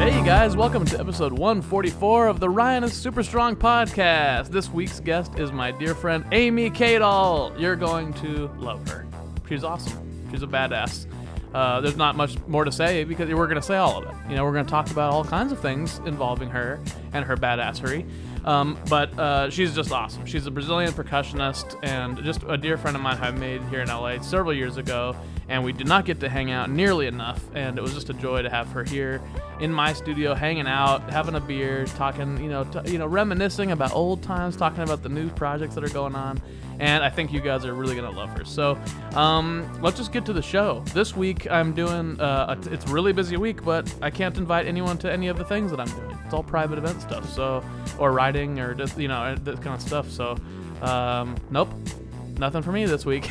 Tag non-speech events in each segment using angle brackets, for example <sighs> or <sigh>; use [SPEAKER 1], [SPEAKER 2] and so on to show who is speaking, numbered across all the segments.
[SPEAKER 1] Hey guys, welcome to episode 144 of the Ryan is Super Strong podcast. This week's guest is my dear friend Amy Cadall. You're going to love her. She's awesome. She's a badass. Uh, there's not much more to say because we're going to say all of it. You know, we're going to talk about all kinds of things involving her and her badassery. Um, but uh, she's just awesome. She's a Brazilian percussionist and just a dear friend of mine who I made here in LA several years ago. And we did not get to hang out nearly enough. And it was just a joy to have her here in my studio, hanging out, having a beer, talking, you know, t- you know, reminiscing about old times, talking about the new projects that are going on. And I think you guys are really gonna love her. So um, let's just get to the show. This week I'm doing. Uh, a t- it's a really busy week, but I can't invite anyone to any of the things that I'm doing. It's all private event stuff, so or writing or just you know that kind of stuff. So um, nope nothing for me this week.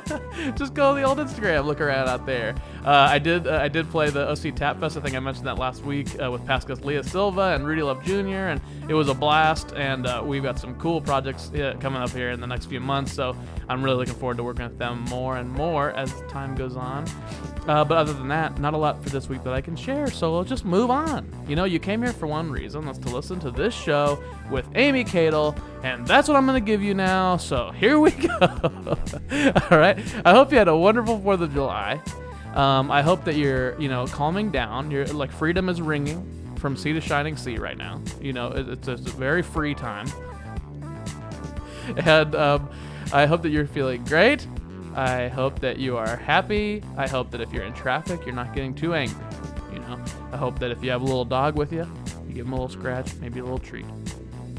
[SPEAKER 1] <laughs> Just go to the old Instagram, look around out there. Uh, I did uh, I did play the OC Tap Fest. I think I mentioned that last week uh, with Pascal's Leah Silva and Rudy Love Jr. and it was a blast. And uh, we've got some cool projects uh, coming up here in the next few months. So I'm really looking forward to working with them more and more as time goes on. Uh, but other than that, not a lot for this week that I can share, so we'll just move on. You know, you came here for one reason, that's to listen to this show with Amy Cadle, and that's what I'm going to give you now, so here we <laughs> go. All right, I hope you had a wonderful 4th of July. Um, I hope that you're, you know, calming down. You're like freedom is ringing from sea to shining sea right now. You know, it, it's, it's a very free time <laughs> and um, I hope that you're feeling great. I hope that you are happy. I hope that if you're in traffic, you're not getting too angry. You know, I hope that if you have a little dog with you, you give him a little scratch, maybe a little treat.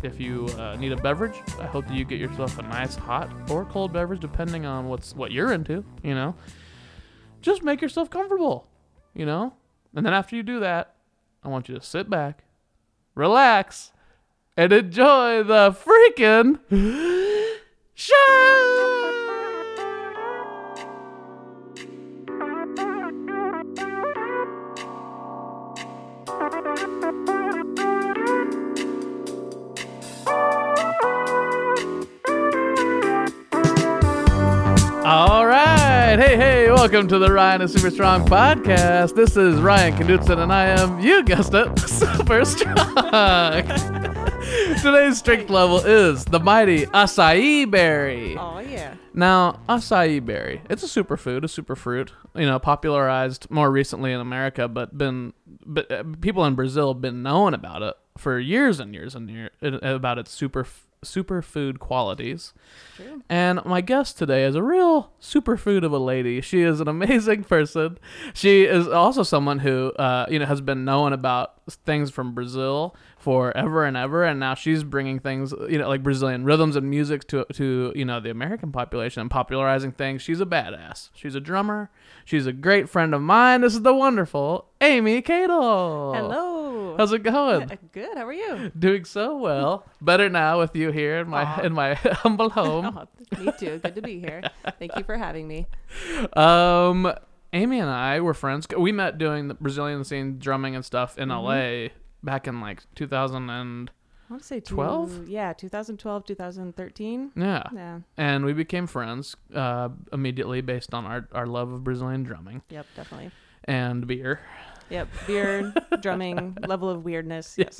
[SPEAKER 1] If you uh, need a beverage, I hope that you get yourself a nice hot or cold beverage, depending on what's what you're into. You know, just make yourself comfortable. You know, and then after you do that, I want you to sit back, relax, and enjoy the freaking show. All right. Hey, hey, welcome to the Ryan is Super Strong podcast. This is Ryan Knudsen, and I am, you guessed it, <laughs> Super Strong. <laughs> Today's strength level is the mighty acai berry.
[SPEAKER 2] Oh yeah.
[SPEAKER 1] Now, acai berry, it's a superfood, a superfruit, you know, popularized more recently in America, but been but uh, people in Brazil have been knowing about it for years and years and years about its super superfood qualities. And my guest today is a real superfood of a lady. She is an amazing <laughs> person. She is also someone who, uh, you know, has been known about things from Brazil forever and ever, and now she's bringing things, you know, like Brazilian rhythms and music to to you know the American population and popularizing things. She's a badass. She's a drummer. She's a great friend of mine. This is the wonderful Amy Cadle.
[SPEAKER 2] Hello.
[SPEAKER 1] How's it going?
[SPEAKER 2] Uh, Good. How are you?
[SPEAKER 1] Doing so well. Better now with you here in my
[SPEAKER 2] Aw.
[SPEAKER 1] in my <laughs> humble
[SPEAKER 2] <laughs>
[SPEAKER 1] home.
[SPEAKER 2] Oh, me too. Good to be here. Thank you for having me.
[SPEAKER 1] Um, Amy and I were friends. We met doing the Brazilian scene drumming and stuff in
[SPEAKER 2] Mm-hmm.
[SPEAKER 1] LA back in like 2000 and
[SPEAKER 2] <laughs> I want to say two-
[SPEAKER 1] 12?
[SPEAKER 2] Yeah, 2012, 2013.
[SPEAKER 1] yeah.
[SPEAKER 2] Yeah.
[SPEAKER 1] And we became friends uh, immediately based on our, our love of Brazilian drumming
[SPEAKER 2] Yep. Definitely.
[SPEAKER 1] and beer.
[SPEAKER 2] <laughs> Yep. <laughs> Beer, drumming, level of weirdness. Yes.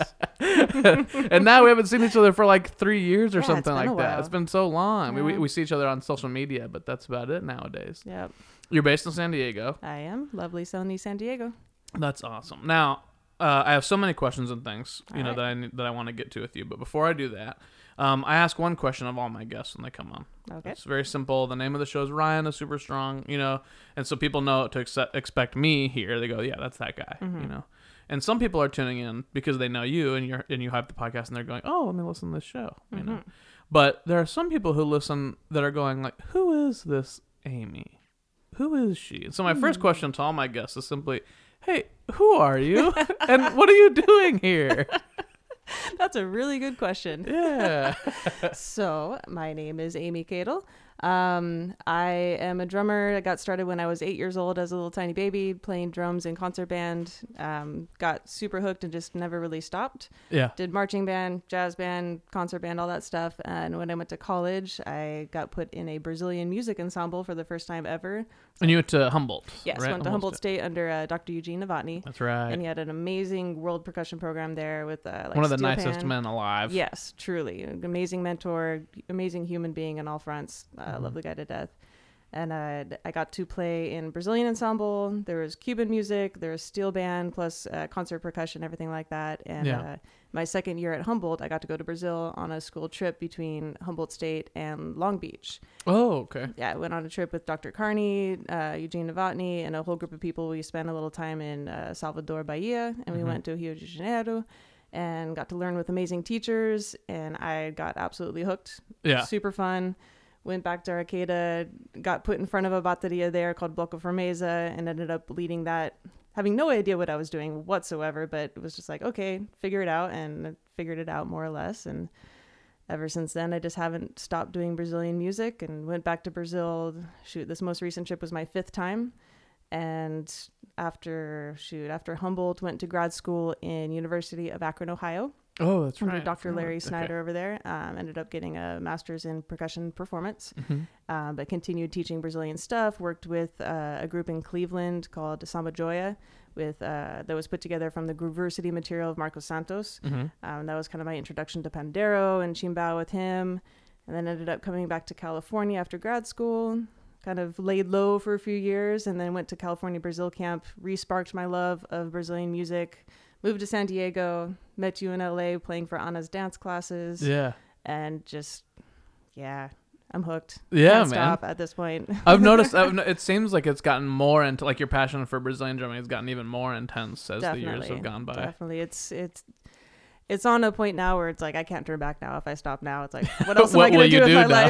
[SPEAKER 1] and now we haven't seen each other for like three years or
[SPEAKER 2] Yeah, it's
[SPEAKER 1] something
[SPEAKER 2] been
[SPEAKER 1] like
[SPEAKER 2] a
[SPEAKER 1] that.
[SPEAKER 2] while.
[SPEAKER 1] It's been so long. We, we,
[SPEAKER 2] Yeah.
[SPEAKER 1] we see each other on social media, but that's about it nowadays.
[SPEAKER 2] Yep.
[SPEAKER 1] You're based in San Diego.
[SPEAKER 2] I am lovely Sony San Diego.
[SPEAKER 1] That's awesome. Now, uh, I have so many questions and things you
[SPEAKER 2] All
[SPEAKER 1] know
[SPEAKER 2] right.
[SPEAKER 1] that I need- that I want to get to with you. But before I do that, um, I ask one question of all my guests when they come on.
[SPEAKER 2] Okay.
[SPEAKER 1] It's very simple. The name of the show is Ryan is super strong, you know, and so people know to accept, expect me here. They go, yeah, that's that guy,
[SPEAKER 2] Mm-hmm.
[SPEAKER 1] you know. And some people are tuning in because they know you and you're and you hype the podcast and they're going, oh, let me listen to this show, you
[SPEAKER 2] Mm-hmm.
[SPEAKER 1] know. But there are some people who listen that are going like, who is this Amy? Who is she? And so my
[SPEAKER 2] Hmm.
[SPEAKER 1] first question to all my guests is simply, hey, who are
[SPEAKER 2] <laughs>
[SPEAKER 1] you and what are you doing here?
[SPEAKER 2] That's a really good question.
[SPEAKER 1] Yeah.
[SPEAKER 2] so my name is Amy Cadle. Um, I am a drummer. I got started when I was eight years old as a little tiny baby playing drums in concert band. Um, got super hooked and just never really stopped.
[SPEAKER 1] <laughs> Yeah.
[SPEAKER 2] Did marching band, jazz band, concert band, all that stuff. And when I went to college, I got put in a Brazilian music ensemble for the first time ever.
[SPEAKER 1] And you went to Humboldt.
[SPEAKER 2] Yes,
[SPEAKER 1] right?
[SPEAKER 2] went to Humboldt State under uh, Dr. Eugene Novotny,
[SPEAKER 1] That's right.
[SPEAKER 2] and he had an amazing world percussion program there with uh, like
[SPEAKER 1] One of the
[SPEAKER 2] steel
[SPEAKER 1] nicest
[SPEAKER 2] pan.
[SPEAKER 1] men alive.
[SPEAKER 2] Yes, truly, An amazing mentor, amazing human being on all fronts. Uh, Love the guy to death. And uh, I got to play in Brazilian ensemble. There was Cuban music. There was steel band plus uh, concert percussion, everything like that. And
[SPEAKER 1] Yeah.
[SPEAKER 2] uh, my second year at Humboldt, I got to go to Brazil on a school trip between Humboldt State and Long Beach
[SPEAKER 1] Oh, okay.
[SPEAKER 2] yeah, I went on a trip with Dr. Carney, uh, Eugene Novotny, and a whole group of people. We spent a little time in uh, Salvador, Bahia, and we went to Rio de Janeiro and got to learn with amazing teachers. And I got absolutely hooked.
[SPEAKER 1] Yeah.
[SPEAKER 2] Super fun. Went back to Arcata, got put in front of a bateria there called Bloco Formeza, and ended up leading that, having no idea what I was doing whatsoever, but it was just like, okay, figure it out. And I figured it out more or less. And ever since then i just haven't stopped doing brazilian music and went back to brazil shoot this most recent trip was my fifth time and after shoot after humboldt went to grad school in university of akron ohio
[SPEAKER 1] Oh, that's
[SPEAKER 2] under
[SPEAKER 1] right.
[SPEAKER 2] dr
[SPEAKER 1] Forgot.
[SPEAKER 2] larry
[SPEAKER 1] Okay.
[SPEAKER 2] snyder over there um, ended up getting a master's in percussion performance
[SPEAKER 1] Mhm.
[SPEAKER 2] um, but continued teaching Brazilian stuff. Worked with uh, a group in Cleveland called Samba Joya, with uh, that was put together from the Grooversity material of Marcos Santos.
[SPEAKER 1] Mhm.
[SPEAKER 2] Um, that was kind of my introduction to Pandero and Chimbao with him, and then ended up coming back to California after grad school. Kind of laid low for a few years, and then went to California Brazil camp. Resparked my love of Brazilian music. Moved to San Diego. Met you in LA playing for Anna's dance classes,
[SPEAKER 1] Yeah.
[SPEAKER 2] and just yeah, I'm hooked.
[SPEAKER 1] Yeah,
[SPEAKER 2] Can't
[SPEAKER 1] man.
[SPEAKER 2] <laughs> Stop at this point.
[SPEAKER 1] I've noticed. I've, no- it seems like it's gotten more into like your passion for Brazilian drumming has gotten even more intense as the years have
[SPEAKER 2] Definitely.
[SPEAKER 1] gone by.
[SPEAKER 2] Definitely, it's it's it's on a point now where it's like I can't turn back now. If I stop now,
[SPEAKER 1] <laughs>
[SPEAKER 2] it's like what else
[SPEAKER 1] What
[SPEAKER 2] am I
[SPEAKER 1] will
[SPEAKER 2] going to
[SPEAKER 1] you
[SPEAKER 2] do with
[SPEAKER 1] do
[SPEAKER 2] my
[SPEAKER 1] now?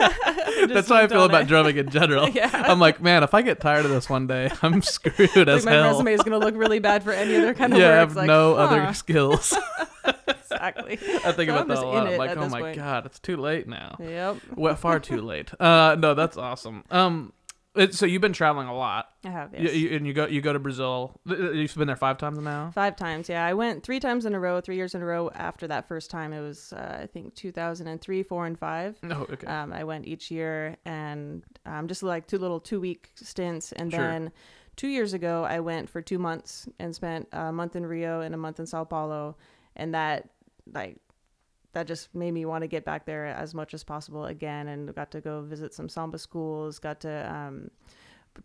[SPEAKER 2] life? <laughs> Just
[SPEAKER 1] <laughs> That's how I
[SPEAKER 2] moved
[SPEAKER 1] feel
[SPEAKER 2] on.
[SPEAKER 1] about drumming in general.
[SPEAKER 2] <laughs> Yeah.
[SPEAKER 1] <laughs> I'm like, man, if I get tired of this one day, <laughs> I'm screwed
[SPEAKER 2] Like
[SPEAKER 1] as
[SPEAKER 2] my
[SPEAKER 1] hell.
[SPEAKER 2] resume is going to look really bad for any other kind of
[SPEAKER 1] yeah,
[SPEAKER 2] work.
[SPEAKER 1] I
[SPEAKER 2] It's
[SPEAKER 1] have
[SPEAKER 2] like,
[SPEAKER 1] no
[SPEAKER 2] huh,
[SPEAKER 1] other <laughs> skills.
[SPEAKER 2] <laughs> exactly.
[SPEAKER 1] I think
[SPEAKER 2] So
[SPEAKER 1] about
[SPEAKER 2] I'm
[SPEAKER 1] that
[SPEAKER 2] just
[SPEAKER 1] a
[SPEAKER 2] in
[SPEAKER 1] lot. I'm
[SPEAKER 2] it
[SPEAKER 1] like,
[SPEAKER 2] at
[SPEAKER 1] oh
[SPEAKER 2] this
[SPEAKER 1] my
[SPEAKER 2] point."
[SPEAKER 1] god, it's too late now.
[SPEAKER 2] Yep,
[SPEAKER 1] Well, far too late. Uh, no, that's awesome. Um, it, so you've been traveling a lot,
[SPEAKER 2] I have.
[SPEAKER 1] You-
[SPEAKER 2] Yes.
[SPEAKER 1] you, and you go you go to Brazil. Th- th- You've been there five times now.
[SPEAKER 2] Five times, yeah. I went three times in a row, three years in a row. After that first time, it was uh, I think 2003, four, and five.
[SPEAKER 1] No, Oh, okay.
[SPEAKER 2] Um, I went each year and um, just like two little two week stints. And
[SPEAKER 1] Sure.
[SPEAKER 2] then two years ago, I went for two months and spent a month in Rio and a month in Sao Paulo. And that, like, that just made me want to get back there as much as possible again. And got to go visit some samba schools, got to um,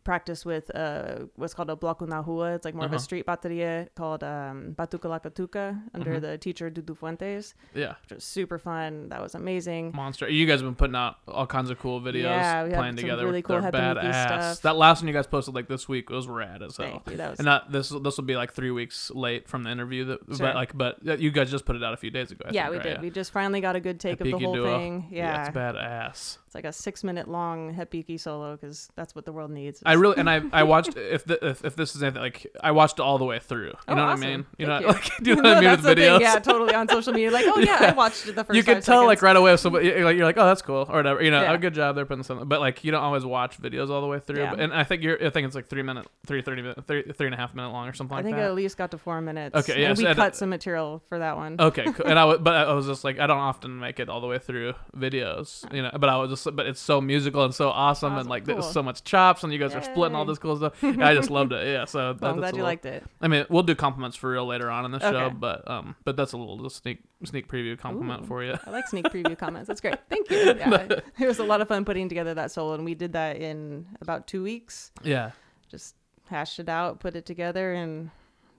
[SPEAKER 2] practice with uh, what's called a bloco na rua. It's like more of
[SPEAKER 1] Uh-huh.
[SPEAKER 2] a street bateria called um, Batuca La Catuca under
[SPEAKER 1] Mhm.
[SPEAKER 2] the teacher Dudu Fuentes,
[SPEAKER 1] yeah,
[SPEAKER 2] which was super fun. That was amazing.
[SPEAKER 1] monster. You guys have been putting out all kinds of cool videos,
[SPEAKER 2] Yeah, we had
[SPEAKER 1] playing
[SPEAKER 2] some
[SPEAKER 1] together.
[SPEAKER 2] really cool
[SPEAKER 1] They're
[SPEAKER 2] Happy Mookie
[SPEAKER 1] badass.
[SPEAKER 2] stuff.
[SPEAKER 1] That last one you guys posted like this week was rad as hell.
[SPEAKER 2] Thank you. That was
[SPEAKER 1] And not this. This will be like three weeks late from the interview. That,
[SPEAKER 2] Sure.
[SPEAKER 1] but like, but you guys just put it out a few days ago. I
[SPEAKER 2] yeah,
[SPEAKER 1] think,
[SPEAKER 2] we
[SPEAKER 1] right?
[SPEAKER 2] did. We just finally got a good take of
[SPEAKER 1] Hapiki
[SPEAKER 2] the whole
[SPEAKER 1] duo.
[SPEAKER 2] thing.
[SPEAKER 1] yeah,
[SPEAKER 2] Yeah.
[SPEAKER 1] it's badass.
[SPEAKER 2] it's like a six minute long Hepiki solo because that's what the world needs.
[SPEAKER 1] I really and I
[SPEAKER 2] <laughs>
[SPEAKER 1] I watched if the, if if this is anything like I watched all the way through. You
[SPEAKER 2] Oh,
[SPEAKER 1] know
[SPEAKER 2] awesome.
[SPEAKER 1] what I mean? You know,
[SPEAKER 2] Thank you.
[SPEAKER 1] like <laughs> do
[SPEAKER 2] <laughs>
[SPEAKER 1] you know what I
[SPEAKER 2] No,
[SPEAKER 1] mean with
[SPEAKER 2] that's the
[SPEAKER 1] videos?
[SPEAKER 2] thing. Yeah, totally on social
[SPEAKER 1] <laughs>
[SPEAKER 2] media. Like, oh yeah,
[SPEAKER 1] Yeah.
[SPEAKER 2] I watched it the first.
[SPEAKER 1] you can
[SPEAKER 2] five
[SPEAKER 1] tell like
[SPEAKER 2] seconds.
[SPEAKER 1] right away if somebody you're like, you're like oh that's cool or whatever you know
[SPEAKER 2] Yeah.
[SPEAKER 1] oh good job they're putting something but like you don't always watch videos all the way through
[SPEAKER 2] Yeah.
[SPEAKER 1] But- and I think you're I think it's like three minute three thirty minute three three and a half minute long or something
[SPEAKER 2] I
[SPEAKER 1] like
[SPEAKER 2] think it
[SPEAKER 1] that.
[SPEAKER 2] at least got to four minutes.
[SPEAKER 1] Okay, yeah,
[SPEAKER 2] and
[SPEAKER 1] so
[SPEAKER 2] we
[SPEAKER 1] I Oh,
[SPEAKER 2] cut
[SPEAKER 1] did-
[SPEAKER 2] some material for that one.
[SPEAKER 1] Okay, cool. and I was, but I I was just like, I don't often make it all the way through videos, you know. But I was just, but it's so musical and so awesome, and
[SPEAKER 2] Awesome,
[SPEAKER 1] like
[SPEAKER 2] cool.
[SPEAKER 1] there's so much chops, and you guys are splitting all
[SPEAKER 2] Yay.
[SPEAKER 1] this cool stuff.
[SPEAKER 2] <laughs>
[SPEAKER 1] I just loved it. Yeah, so
[SPEAKER 2] Well,
[SPEAKER 1] that- that's
[SPEAKER 2] I'm glad
[SPEAKER 1] a
[SPEAKER 2] you
[SPEAKER 1] little-
[SPEAKER 2] liked it.
[SPEAKER 1] I mean, we'll do compliments for real later on in the show,
[SPEAKER 2] Okay.
[SPEAKER 1] but um, but that's a little just sneak sneak preview compliment
[SPEAKER 2] Ooh.
[SPEAKER 1] for you.
[SPEAKER 2] I like sneak preview comments. That's great.
[SPEAKER 1] <laughs>
[SPEAKER 2] Thank you. Yeah, it was a lot of fun putting together that solo, and we did that in about two weeks.
[SPEAKER 1] Yeah,
[SPEAKER 2] Just hashed it out, put it together, and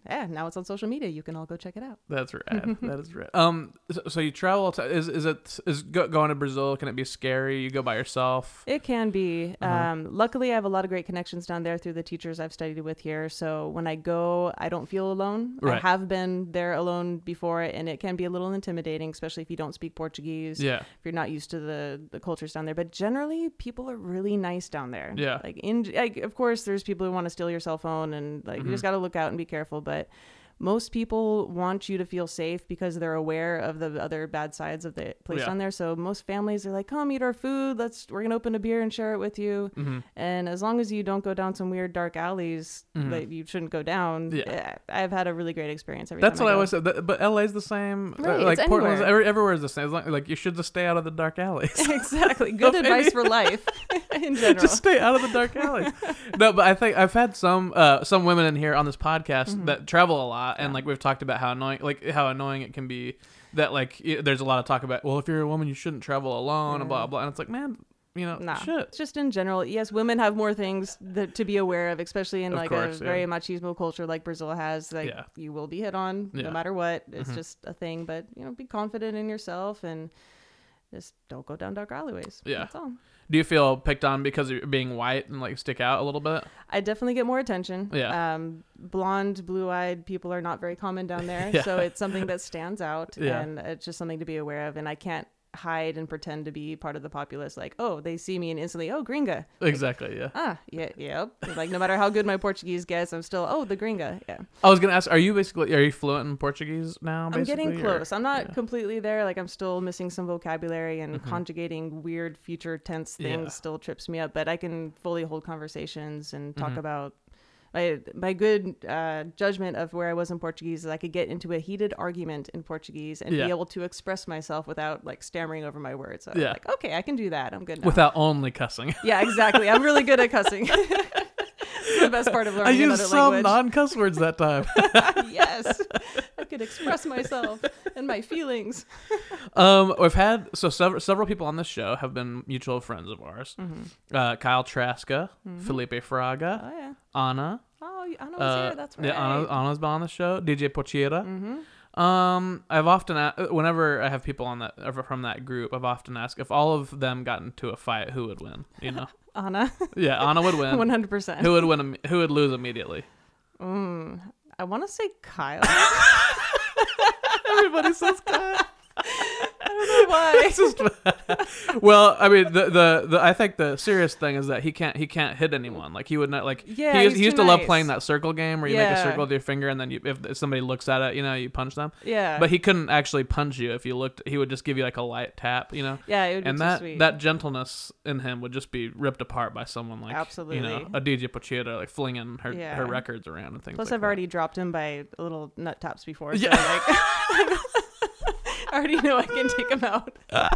[SPEAKER 2] yeah, now it's on social media. You can all go check it out.
[SPEAKER 1] that's
[SPEAKER 2] <laughs>
[SPEAKER 1] rad. that is rad. Um, so, so you travel. all the time. is is it is go, going to Brazil? Can it be scary? You go by yourself.
[SPEAKER 2] It can be.
[SPEAKER 1] Uh-huh.
[SPEAKER 2] Um, luckily, I have a lot of great connections down there through the teachers I've studied with here. So when I go, I don't feel alone. I
[SPEAKER 1] Right.
[SPEAKER 2] have been there alone before, and it can be a little intimidating, especially if you don't speak Portuguese,
[SPEAKER 1] Yeah,
[SPEAKER 2] if you're not used to the, the cultures down there. But generally, people are really nice down there.
[SPEAKER 1] Yeah. Mm-hmm.
[SPEAKER 2] Like, in, like of course, there's people who want to steal your cell phone, and like you just got to look out and be careful. But most people want you to feel safe because they're aware of the other bad sides of the place
[SPEAKER 1] Yeah.
[SPEAKER 2] on there. So most families are like, "Come eat our food. Let's we're gonna open a beer and share it with you."
[SPEAKER 1] mm-hmm.
[SPEAKER 2] And as long as you don't go down some weird dark alleys that you shouldn't go down,
[SPEAKER 1] Mm-hmm. Yeah.
[SPEAKER 2] eh, I've had a really great experience. Every
[SPEAKER 1] That's
[SPEAKER 2] time
[SPEAKER 1] what I
[SPEAKER 2] go.
[SPEAKER 1] always said. That- But LA's the same. uh,
[SPEAKER 2] Right, it's
[SPEAKER 1] like Portland's
[SPEAKER 2] anywhere.
[SPEAKER 1] every- everywhere is the same. As long- Like you should just stay out of the dark alleys.
[SPEAKER 2] <laughs>
[SPEAKER 1] <laughs>
[SPEAKER 2] exactly. Good
[SPEAKER 1] Of
[SPEAKER 2] advice
[SPEAKER 1] any-
[SPEAKER 2] for life <laughs> in
[SPEAKER 1] <laughs>
[SPEAKER 2] general.
[SPEAKER 1] just stay out of the dark
[SPEAKER 2] <laughs>
[SPEAKER 1] alleys. no, but I think I've had some uh, some women in here on this podcast
[SPEAKER 2] Mm-hmm.
[SPEAKER 1] that travel a lot, and like we've talked about how annoying like how annoying it can be that like y there's a lot of talk about well if you're a woman you shouldn't travel alone and blah blah, and it's like man you know
[SPEAKER 2] Nah.
[SPEAKER 1] Oh, shit
[SPEAKER 2] Just in general, yes, women have more things that, to be aware of, especially in
[SPEAKER 1] Of
[SPEAKER 2] like
[SPEAKER 1] course,
[SPEAKER 2] a
[SPEAKER 1] yeah.
[SPEAKER 2] very machismo culture like Brazil has. Like
[SPEAKER 1] Yeah.
[SPEAKER 2] you will be hit on
[SPEAKER 1] Yeah. Mm-hmm.
[SPEAKER 2] no matter what. It's just a thing. But you know, be confident in yourself and just don't go down dark alleyways.
[SPEAKER 1] Yeah.
[SPEAKER 2] That's all.
[SPEAKER 1] do you feel picked on because of being white and like stick out a little bit
[SPEAKER 2] I definitely get more attention.
[SPEAKER 1] Yeah.
[SPEAKER 2] Um, blonde, blue-eyed people are not very common down there,
[SPEAKER 1] <laughs> Yeah.
[SPEAKER 2] so it's something that stands out,
[SPEAKER 1] <laughs> Yeah.
[SPEAKER 2] and it's just something to be aware of. And I can't hide and pretend to be part of the populace. Like, oh, they see me and instantly, oh, gringa.
[SPEAKER 1] exactly yeah
[SPEAKER 2] Ah, yeah, yep. Like no matter how good my Portuguese gets, I'm still oh the gringa. Yeah,
[SPEAKER 1] I was gonna ask are you basically are you fluent in Portuguese now
[SPEAKER 2] I'm
[SPEAKER 1] basically,
[SPEAKER 2] getting
[SPEAKER 1] or-
[SPEAKER 2] close. I'm not completely there. Like I'm still missing some vocabulary and conjugating weird future tense things
[SPEAKER 1] Mm-hmm. Yeah.
[SPEAKER 2] still trips me up. But I can fully hold conversations and
[SPEAKER 1] Mm-hmm.
[SPEAKER 2] talk about my my good uh, judgment of where I was in Portuguese is I could get into a heated argument in Portuguese and
[SPEAKER 1] Yeah.
[SPEAKER 2] be able to express myself without like stammering over my words. So I'm
[SPEAKER 1] Yeah.
[SPEAKER 2] like okay, I can do that. I'm good now.
[SPEAKER 1] without only cussing.
[SPEAKER 2] yeah, exactly. I'm really good at cussing. <laughs> It's the best part of
[SPEAKER 1] I
[SPEAKER 2] learning
[SPEAKER 1] used
[SPEAKER 2] another
[SPEAKER 1] some
[SPEAKER 2] language.
[SPEAKER 1] non-cuss words that
[SPEAKER 2] <laughs>
[SPEAKER 1] time.
[SPEAKER 2] yes, I could express myself and my feelings.
[SPEAKER 1] um, we've had so several several people on this show have been mutual friends of ours. Uh, Kyle Traska,
[SPEAKER 2] Hmm.
[SPEAKER 1] Felipe Fraga,
[SPEAKER 2] Oh yeah.
[SPEAKER 1] Anna.
[SPEAKER 2] Oh, you- I know
[SPEAKER 1] uh,
[SPEAKER 2] it's here. That's right. Mm-hmm. Hmm.
[SPEAKER 1] Yeah, Anna, Anna's been on the show. DJ Pochira. Um, I've often a- whenever I have people on that or from that group, I've often asked if all of them got into a fight, who would win? You
[SPEAKER 2] <laughs>
[SPEAKER 1] know?
[SPEAKER 2] Anna,
[SPEAKER 1] yeah, Anna would
[SPEAKER 2] one
[SPEAKER 1] win.
[SPEAKER 2] hundred percent. Mm.
[SPEAKER 1] Who would win? im- Who would lose
[SPEAKER 2] <laughs>
[SPEAKER 1] immediately?
[SPEAKER 2] I want to say Kyle.
[SPEAKER 1] <laughs> Everybody says Kyle.
[SPEAKER 2] <laughs> Why?
[SPEAKER 1] It's just- well, I mean, the, the the I think the serious thing is that he can't he can't hit anyone. Like he would not like.
[SPEAKER 2] <laughs> Yeah,
[SPEAKER 1] he, used-
[SPEAKER 2] he's
[SPEAKER 1] he used
[SPEAKER 2] too
[SPEAKER 1] to love
[SPEAKER 2] nice.
[SPEAKER 1] playing that circle game where you make a
[SPEAKER 2] Yeah.
[SPEAKER 1] circle with your finger and then you, if, if somebody looks at it, you know, you punch them.
[SPEAKER 2] Yeah.
[SPEAKER 1] But he couldn't actually punch you if you looked. He would just give you like a light tap, you know.
[SPEAKER 2] yeah, it would be
[SPEAKER 1] And
[SPEAKER 2] too
[SPEAKER 1] that
[SPEAKER 2] sweet.
[SPEAKER 1] that gentleness in him would just be ripped apart by someone like you know
[SPEAKER 2] Absolutely.
[SPEAKER 1] a DJ Pochita like flinging her
[SPEAKER 2] Yeah.
[SPEAKER 1] her records around and things.
[SPEAKER 2] Plus,
[SPEAKER 1] like
[SPEAKER 2] I've
[SPEAKER 1] that.
[SPEAKER 2] already dropped him by little nut taps before. So
[SPEAKER 1] Yeah.
[SPEAKER 2] like, <laughs> I already know I can take
[SPEAKER 1] <laughs>
[SPEAKER 2] him out.
[SPEAKER 1] <laughs>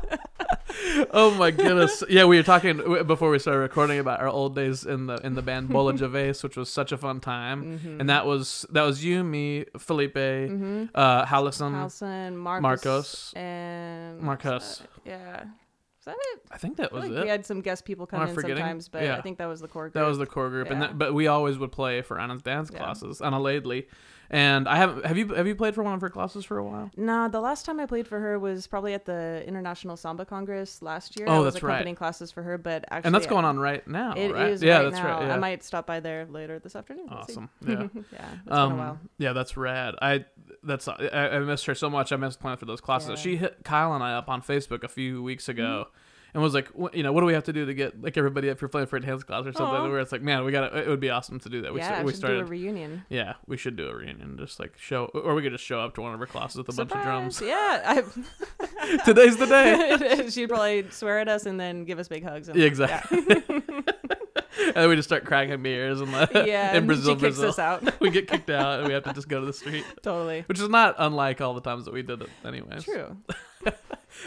[SPEAKER 1] Oh my goodness! Yeah, we were talking w- before we started recording about our old days in the in the
[SPEAKER 2] <laughs>
[SPEAKER 1] band Bola Gervais, which was such a fun time.
[SPEAKER 2] Mm-hmm. Mm.
[SPEAKER 1] And that was that was you, me, Felipe, uh, Hallison.
[SPEAKER 2] Allison, Marcus,
[SPEAKER 1] Marcos.
[SPEAKER 2] and Uh,
[SPEAKER 1] Marcus.
[SPEAKER 2] Yeah, is that it?
[SPEAKER 1] I think that
[SPEAKER 2] I feel
[SPEAKER 1] was
[SPEAKER 2] like
[SPEAKER 1] it.
[SPEAKER 2] we had some guest people come
[SPEAKER 1] Am I
[SPEAKER 2] in
[SPEAKER 1] forgetting?
[SPEAKER 2] sometimes, but
[SPEAKER 1] Yeah.
[SPEAKER 2] I think that was the core group.
[SPEAKER 1] that was the core group, and
[SPEAKER 2] Yeah.
[SPEAKER 1] that, but we always would play for Anna's dance
[SPEAKER 2] Yeah.
[SPEAKER 1] classes, Anna Laidley. And I haven't have you have you played for one of her classes for a while?
[SPEAKER 2] No, the last time I played for her was probably at the International Samba Congress last year.
[SPEAKER 1] Oh,
[SPEAKER 2] I was
[SPEAKER 1] that's right.
[SPEAKER 2] accompanying classes for her, but actually,
[SPEAKER 1] And that's going on right now,
[SPEAKER 2] It is
[SPEAKER 1] right? yeah,
[SPEAKER 2] right
[SPEAKER 1] that's
[SPEAKER 2] now.
[SPEAKER 1] right. Yeah. <laughs>
[SPEAKER 2] I might stop by there later this afternoon. We'll see. <laughs>
[SPEAKER 1] awesome. Yeah.
[SPEAKER 2] yeah, it's been a while.
[SPEAKER 1] Um, yeah, that's rad. I that's I, I missed her so much. I missed playing for those classes.
[SPEAKER 2] Yeah. Mm-hmm.
[SPEAKER 1] She hit Kyle and I up on Facebook a few weeks ago. And was like, wh- you know, what do we have to do to get like everybody up for playing for dance class or something?
[SPEAKER 2] Aw.
[SPEAKER 1] Where it's like, man, we got to it would be awesome to do that. We
[SPEAKER 2] yeah,
[SPEAKER 1] sta-
[SPEAKER 2] I
[SPEAKER 1] we
[SPEAKER 2] should
[SPEAKER 1] started,
[SPEAKER 2] do a reunion.
[SPEAKER 1] yeah, we should do a reunion, just like show, or we could just show up to one of her classes with a bunch of drums.
[SPEAKER 2] Yeah, <laughs>
[SPEAKER 1] <laughs> Today's the day.
[SPEAKER 2] I, <laughs> she'd probably swear at us and then give us big hugs. And
[SPEAKER 1] Yeah, exactly. and then we just start cracking beers and
[SPEAKER 2] <laughs> Yeah, <laughs>
[SPEAKER 1] <laughs>
[SPEAKER 2] yeah
[SPEAKER 1] in
[SPEAKER 2] and
[SPEAKER 1] Brazil,
[SPEAKER 2] she kicks
[SPEAKER 1] Brazil,
[SPEAKER 2] us
[SPEAKER 1] <laughs>
[SPEAKER 2] out. <laughs>
[SPEAKER 1] we get kicked out and we have to just go to the street,
[SPEAKER 2] totally.
[SPEAKER 1] which is not unlike all the times that we did it, anyways.
[SPEAKER 2] True.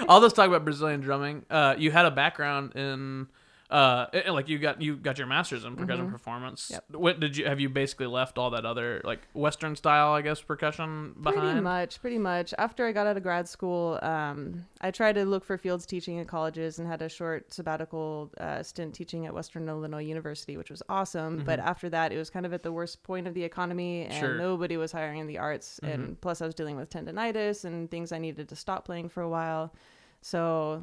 [SPEAKER 1] all this talk about Brazilian drumming. Uh, you had a background in, uh, i- like you got you got your master's in percussion performance.
[SPEAKER 2] Mm-hmm. Yep.
[SPEAKER 1] What did you have? You basically left all that other like Western style, I guess, percussion behind.
[SPEAKER 2] Pretty much, pretty much. After I got out of grad school, um, I tried to look for fields teaching at colleges and had a short sabbatical uh, stint teaching at Western Illinois University, which was awesome. But after that, it was kind of at the worst point of the economy, and
[SPEAKER 1] Mm-hmm. Sure. Mm-hmm.
[SPEAKER 2] nobody was hiring in the arts. And plus, I was dealing with tendonitis and things I needed to stop playing for a while. So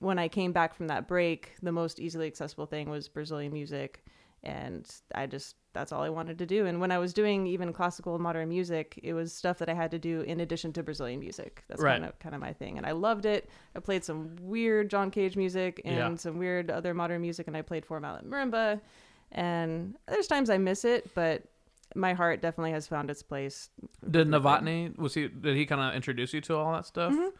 [SPEAKER 2] when I came back from that break, the most easily accessible thing was Brazilian music. And I just, that's all I wanted to do. And when I was doing even classical and modern music, it was stuff that I had to do in addition to Brazilian music. That's
[SPEAKER 1] Right.
[SPEAKER 2] kind, of, kind of my thing. And I loved it. I played some weird John Cage music and
[SPEAKER 1] Yeah.
[SPEAKER 2] some weird other modern music. And I played four mallet marimba. And there's times I miss it, but my heart definitely has found its place.
[SPEAKER 1] Did Novotny was he? Did he kind of introduce you to all that stuff? Was he
[SPEAKER 2] Mm-hmm.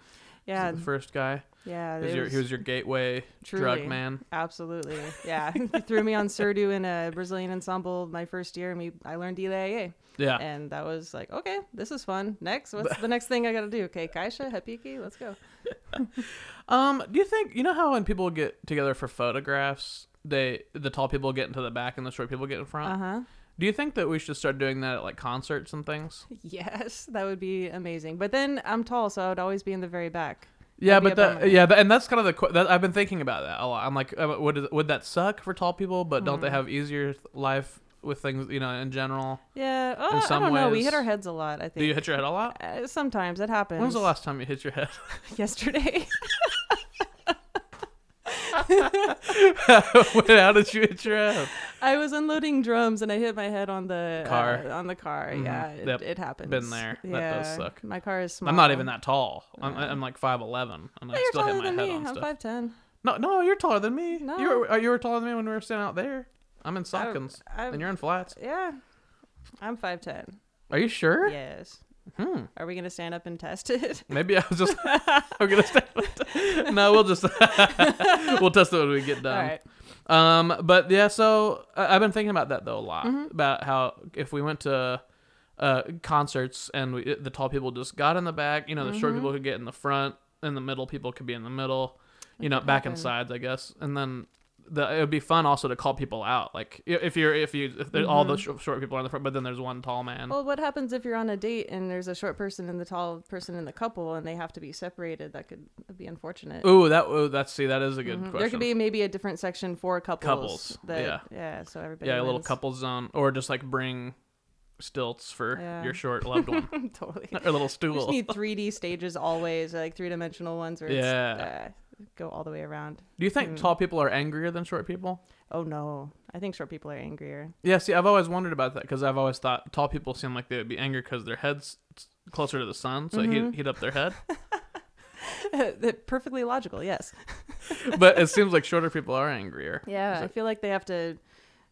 [SPEAKER 2] Yeah,
[SPEAKER 1] Oh. the first guy.
[SPEAKER 2] yeah.
[SPEAKER 1] He
[SPEAKER 2] it
[SPEAKER 1] was, your,
[SPEAKER 2] was-
[SPEAKER 1] he
[SPEAKER 2] <laughs>
[SPEAKER 1] was your gateway drug
[SPEAKER 2] Truly.
[SPEAKER 1] man.
[SPEAKER 2] Absolutely.
[SPEAKER 1] <laughs>
[SPEAKER 2] Yeah. he threw me on Surdu in a Brazilian ensemble my first year and we I learned E Ilea.
[SPEAKER 1] Yeah.
[SPEAKER 2] And that was like, okay, this is fun.
[SPEAKER 1] <laughs>
[SPEAKER 2] Next, what's the next thing I gotta do? Okay, Kaisha, Hapiki, let's go.
[SPEAKER 1] Um, do you think you know how when people get together for photographs, they the tall people get into the back and the short people get in front?
[SPEAKER 2] Uh-huh. <laughs>
[SPEAKER 1] Do you think that we should start doing that at like concerts and things?
[SPEAKER 2] Yes, that would be amazing. But then I'm tall, so I would always be in the very back.
[SPEAKER 1] Yeah,
[SPEAKER 2] That'd
[SPEAKER 1] but
[SPEAKER 2] be a
[SPEAKER 1] that
[SPEAKER 2] bummer.
[SPEAKER 1] yeah, that, and that's kind of the que- that, I've been thinking about that a lot. I'm like, uh, would it- would that suck for tall people? But don't they
[SPEAKER 2] Mm-hmm.
[SPEAKER 1] have easier th- life with things, you know, in general?
[SPEAKER 2] Yeah. Oh,
[SPEAKER 1] some
[SPEAKER 2] I don't know. We
[SPEAKER 1] ways-
[SPEAKER 2] hit our heads a lot, I think.
[SPEAKER 1] Do you hit your head a lot?
[SPEAKER 2] uh, sometimes it happens.
[SPEAKER 1] When was the last time you hit your head?
[SPEAKER 2] <laughs>
[SPEAKER 1] <laughs>
[SPEAKER 2] Yesterday.
[SPEAKER 1] when, how did you hit your head?
[SPEAKER 2] I was unloading drums and I hit my head on the
[SPEAKER 1] Car. Mm-hmm.
[SPEAKER 2] uh, on the car. Yeah, it,
[SPEAKER 1] Yep.
[SPEAKER 2] it happens.
[SPEAKER 1] Been there. That does suck.
[SPEAKER 2] My car is small.
[SPEAKER 1] I'm not even that tall. I'm, I'm like five eleven, and
[SPEAKER 2] Oh,
[SPEAKER 1] I
[SPEAKER 2] you're
[SPEAKER 1] still hit
[SPEAKER 2] taller
[SPEAKER 1] my
[SPEAKER 2] than
[SPEAKER 1] head
[SPEAKER 2] me.
[SPEAKER 1] on
[SPEAKER 2] I'm
[SPEAKER 1] stuff.
[SPEAKER 2] five ten.
[SPEAKER 1] No, no, you're taller than me.
[SPEAKER 2] No.
[SPEAKER 1] You were uh, you were taller than me when we were sitting out there. I'm in stockings and you're in flats.
[SPEAKER 2] Yeah, I'm five ten.
[SPEAKER 1] Are you sure?
[SPEAKER 2] Yes.
[SPEAKER 1] Hmm.
[SPEAKER 2] Are we gonna stand up and test it? <laughs>
[SPEAKER 1] Maybe I was just <laughs> I'm gonna stay. no, we'll just <laughs>
[SPEAKER 2] <laughs>
[SPEAKER 1] we'll test it when we get
[SPEAKER 2] All
[SPEAKER 1] done.
[SPEAKER 2] right.
[SPEAKER 1] Um, but yeah, so I- I've been thinking about that though a lot
[SPEAKER 2] Mm-hmm.
[SPEAKER 1] about how if we went to uh concerts and we the tall people just got in the back, you know, the
[SPEAKER 2] Mm-hmm.
[SPEAKER 1] short people could get in the front, in the middle people could be in the middle, you know, back and
[SPEAKER 2] happen.
[SPEAKER 1] sides, I guess, and then. The, it would be fun also to call people out, like i- if you're if you if there's all the
[SPEAKER 2] Mm-hmm.
[SPEAKER 1] sh- short people are in the front, but then there's one tall man.
[SPEAKER 2] Well, what happens if you're on a date and there's a short person and the tall person in the couple and they have to be separated? That could be unfortunate.
[SPEAKER 1] Ooh, that ooh, that's see that is a good question.
[SPEAKER 2] Mm-hmm. There could be maybe a different section for couples.
[SPEAKER 1] Couples, yeah.
[SPEAKER 2] Yeah. So everybody.
[SPEAKER 1] yeah, a little
[SPEAKER 2] wins.
[SPEAKER 1] couple zone, or just like bring stilts for
[SPEAKER 2] Yeah.
[SPEAKER 1] your
[SPEAKER 2] <laughs>
[SPEAKER 1] short loved one,
[SPEAKER 2] <laughs> totally.
[SPEAKER 1] <laughs> or a little
[SPEAKER 2] We just
[SPEAKER 1] stool.
[SPEAKER 2] need 3D stages always, or like three dimensional ones where
[SPEAKER 1] Yeah.
[SPEAKER 2] it's, uh, go all the way around.
[SPEAKER 1] Do you think
[SPEAKER 2] Hmm.
[SPEAKER 1] tall people are angrier than short people?
[SPEAKER 2] Oh no, I think short people are angrier. <laughs>
[SPEAKER 1] Yeah, see, I've always wondered about that because I've always thought tall people seem like they would be angry because their heads s- closer to the sun, so
[SPEAKER 2] Mm-hmm.
[SPEAKER 1] it heat, heat up their
[SPEAKER 2] <laughs>
[SPEAKER 1] head.
[SPEAKER 2] Perfectly logical, yes.
[SPEAKER 1] but it seems like shorter people are angrier.
[SPEAKER 2] Yeah,
[SPEAKER 1] Is
[SPEAKER 2] I
[SPEAKER 1] it-
[SPEAKER 2] feel like they have to,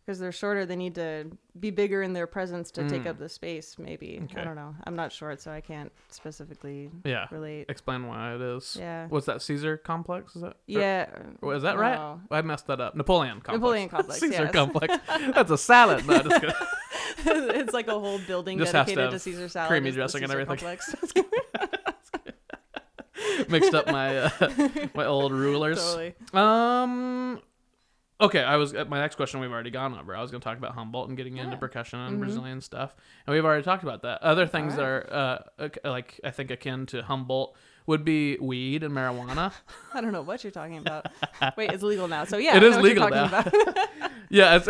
[SPEAKER 2] because they're shorter, they need to be bigger in their presence to take up the space. Maybe
[SPEAKER 1] Mm. Okay.
[SPEAKER 2] I don't know. I'm not short, so I can't specifically
[SPEAKER 1] yeah.
[SPEAKER 2] relate.
[SPEAKER 1] Explain why it is.
[SPEAKER 2] Yeah.
[SPEAKER 1] What's that Caesar complex? Is that? or-
[SPEAKER 2] Yeah.
[SPEAKER 1] or uh, oh, is that right?
[SPEAKER 2] no.
[SPEAKER 1] I messed that up. Napoleon complex. <laughs>
[SPEAKER 2] Napoleon complex,
[SPEAKER 1] Caesar
[SPEAKER 2] yes.
[SPEAKER 1] complex. That's a salad. No, just
[SPEAKER 2] <laughs>
[SPEAKER 1] kidding.
[SPEAKER 2] <laughs> it's like a whole building
[SPEAKER 1] Just has to
[SPEAKER 2] dedicated to,
[SPEAKER 1] have
[SPEAKER 2] Caesar salad.
[SPEAKER 1] creamy
[SPEAKER 2] is the
[SPEAKER 1] dressing and
[SPEAKER 2] Caesar
[SPEAKER 1] everything. <laughs>
[SPEAKER 2] complex. <laughs>
[SPEAKER 1] mixed up my uh, my old rulers.
[SPEAKER 2] Totally.
[SPEAKER 1] Um. Okay, I was at my next question. We've already gone over. I was going to talk about Humboldt and getting into
[SPEAKER 2] Yeah.
[SPEAKER 1] percussion and Brazilian stuff, and we've already talked about that. Other things that are uh, ac- like I think akin to Humboldt would be weed and marijuana.
[SPEAKER 2] I don't know what you're
[SPEAKER 1] <laughs>
[SPEAKER 2] talking about. Wait, it's legal now. So yeah,
[SPEAKER 1] It
[SPEAKER 2] I
[SPEAKER 1] is
[SPEAKER 2] know what you're
[SPEAKER 1] legal
[SPEAKER 2] talking
[SPEAKER 1] now.
[SPEAKER 2] about. <laughs>
[SPEAKER 1] yeah, it's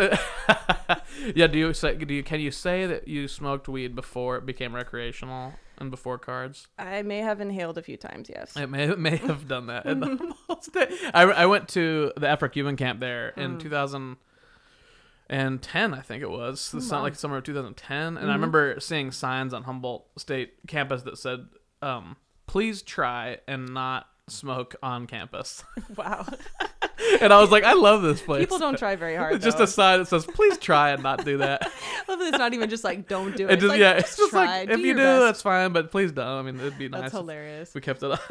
[SPEAKER 1] <laughs> yeah. Do you say do you can you say that you smoked weed before it became recreational and before cards?
[SPEAKER 2] I may have inhaled a few times. Yes.
[SPEAKER 1] It may, it may have done that. at <laughs>
[SPEAKER 2] Mm-hmm.
[SPEAKER 1] the Humboldt State. I, I went to the Afro-Cuban camp there
[SPEAKER 2] Hmm.
[SPEAKER 1] in 2010, I think it was. This sound like summer of 2010, and
[SPEAKER 2] Mm-hmm.
[SPEAKER 1] I remember seeing signs on Humboldt State campus that said, um, "Please try and not smoke on campus."
[SPEAKER 2] <laughs>
[SPEAKER 1] <laughs>
[SPEAKER 2] Wow.
[SPEAKER 1] and I was like, "I love this place."
[SPEAKER 2] People don't
[SPEAKER 1] <laughs>
[SPEAKER 2] try very hard.
[SPEAKER 1] It's just
[SPEAKER 2] though.
[SPEAKER 1] a sign that says, "Please try and not do that."
[SPEAKER 2] <laughs> I love that it's not even just like don't do it.
[SPEAKER 1] It just,
[SPEAKER 2] like,
[SPEAKER 1] yeah, it's just
[SPEAKER 2] try,
[SPEAKER 1] like if you
[SPEAKER 2] your
[SPEAKER 1] do,
[SPEAKER 2] best.
[SPEAKER 1] that's fine, but please don't. I mean, it'd be nice.
[SPEAKER 2] that's
[SPEAKER 1] if
[SPEAKER 2] hilarious.
[SPEAKER 1] We kept it up.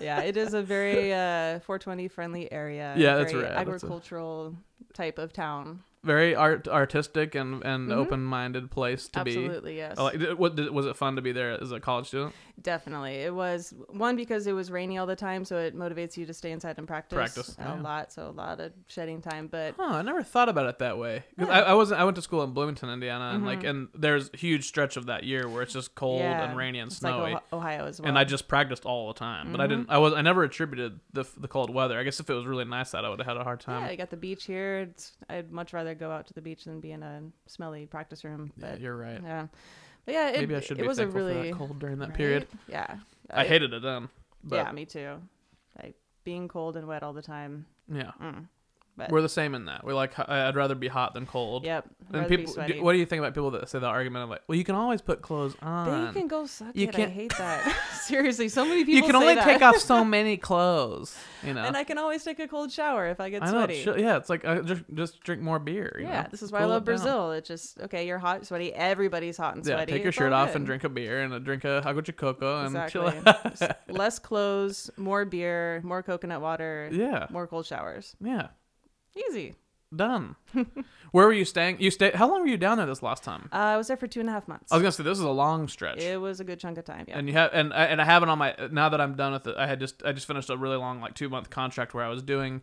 [SPEAKER 2] yeah, it is a very uh, 420 friendly area.
[SPEAKER 1] Yeah, that's
[SPEAKER 2] very
[SPEAKER 1] rad. That's a-
[SPEAKER 2] Agricultural type of town.
[SPEAKER 1] very art artistic and and open minded place to be.
[SPEAKER 2] Mm-hmm. Absolutely, yes.
[SPEAKER 1] I Like, did, what did, was it fun to be there as a college student?
[SPEAKER 2] Definitely. It was one because it was rainy all the time, so it motivates you to stay inside and practice,
[SPEAKER 1] Practice,
[SPEAKER 2] a
[SPEAKER 1] yeah.
[SPEAKER 2] lot. So a lot of shedding time, but
[SPEAKER 1] Huh, Oh, I never thought about it that way. 'Cause I, I wasn't. I went to school in Bloomington, Indiana, and like, and there's a huge stretch of that year where it's just cold
[SPEAKER 2] Mm-hmm. yeah,
[SPEAKER 1] and rainy and
[SPEAKER 2] it's like
[SPEAKER 1] snowy,
[SPEAKER 2] Ohi- Ohio as well.
[SPEAKER 1] and
[SPEAKER 2] Mm-hmm.
[SPEAKER 1] I just practiced all the time. But I didn't. I was. I never attributed the f- the cold weather. I guess if it was really nice out, I would have had a hard
[SPEAKER 2] yeah,
[SPEAKER 1] time.
[SPEAKER 2] I got the beach here. It's, I'd much rather go out to the beach than be in a smelly practice room.
[SPEAKER 1] Yeah,
[SPEAKER 2] But yeah,
[SPEAKER 1] you're right.
[SPEAKER 2] but yeah, it,
[SPEAKER 1] Maybe I should
[SPEAKER 2] it
[SPEAKER 1] be
[SPEAKER 2] was a
[SPEAKER 1] thankful for
[SPEAKER 2] really
[SPEAKER 1] that cold during that
[SPEAKER 2] right?
[SPEAKER 1] period.
[SPEAKER 2] Yeah,
[SPEAKER 1] I hated it then. But
[SPEAKER 2] yeah, me too. Like being cold and wet all the time.
[SPEAKER 1] yeah.
[SPEAKER 2] Mm. But
[SPEAKER 1] We're the same in that. We're like, I- I'd rather be hot than cold.
[SPEAKER 2] yep.
[SPEAKER 1] And
[SPEAKER 2] rather be
[SPEAKER 1] people,
[SPEAKER 2] sweaty.
[SPEAKER 1] do, what do you think about people that say the argument of like, well, you can always put clothes on.
[SPEAKER 2] They can go suck
[SPEAKER 1] You
[SPEAKER 2] it.
[SPEAKER 1] can't- <laughs>
[SPEAKER 2] I hate that. <laughs> Seriously, so many people.
[SPEAKER 1] you can
[SPEAKER 2] say
[SPEAKER 1] only
[SPEAKER 2] that.
[SPEAKER 1] take off
[SPEAKER 2] <laughs>
[SPEAKER 1] so many clothes. You know.
[SPEAKER 2] And I can always take a cold shower if I get
[SPEAKER 1] I know.
[SPEAKER 2] sweaty.
[SPEAKER 1] It's, yeah, it's like uh, just just drink more beer. you
[SPEAKER 2] yeah,
[SPEAKER 1] know?
[SPEAKER 2] this is why I
[SPEAKER 1] Cool
[SPEAKER 2] love
[SPEAKER 1] it down.
[SPEAKER 2] Brazil. It's just okay. You're hot, sweaty. Everybody's hot and sweaty.
[SPEAKER 1] Yeah, take your
[SPEAKER 2] It's
[SPEAKER 1] shirt
[SPEAKER 2] all
[SPEAKER 1] off and
[SPEAKER 2] good.
[SPEAKER 1] drink a beer and a drink a agua de coco and
[SPEAKER 2] Exactly.
[SPEAKER 1] chill. out.
[SPEAKER 2] S- Less clothes, more beer, more coconut <laughs> water,
[SPEAKER 1] yeah,
[SPEAKER 2] more cold showers.
[SPEAKER 1] yeah,
[SPEAKER 2] Easy. <laughs>
[SPEAKER 1] done. Where were you staying? You stayed. How long were you down there this last time?
[SPEAKER 2] Uh, I was there for two and a half months.
[SPEAKER 1] I was gonna say this is a long stretch.
[SPEAKER 2] it was a good chunk of time. Yeah.
[SPEAKER 1] Oh, And you have and I, and I have it on my now that I'm done with it. I had just I just finished a really long like two month contract where I was doing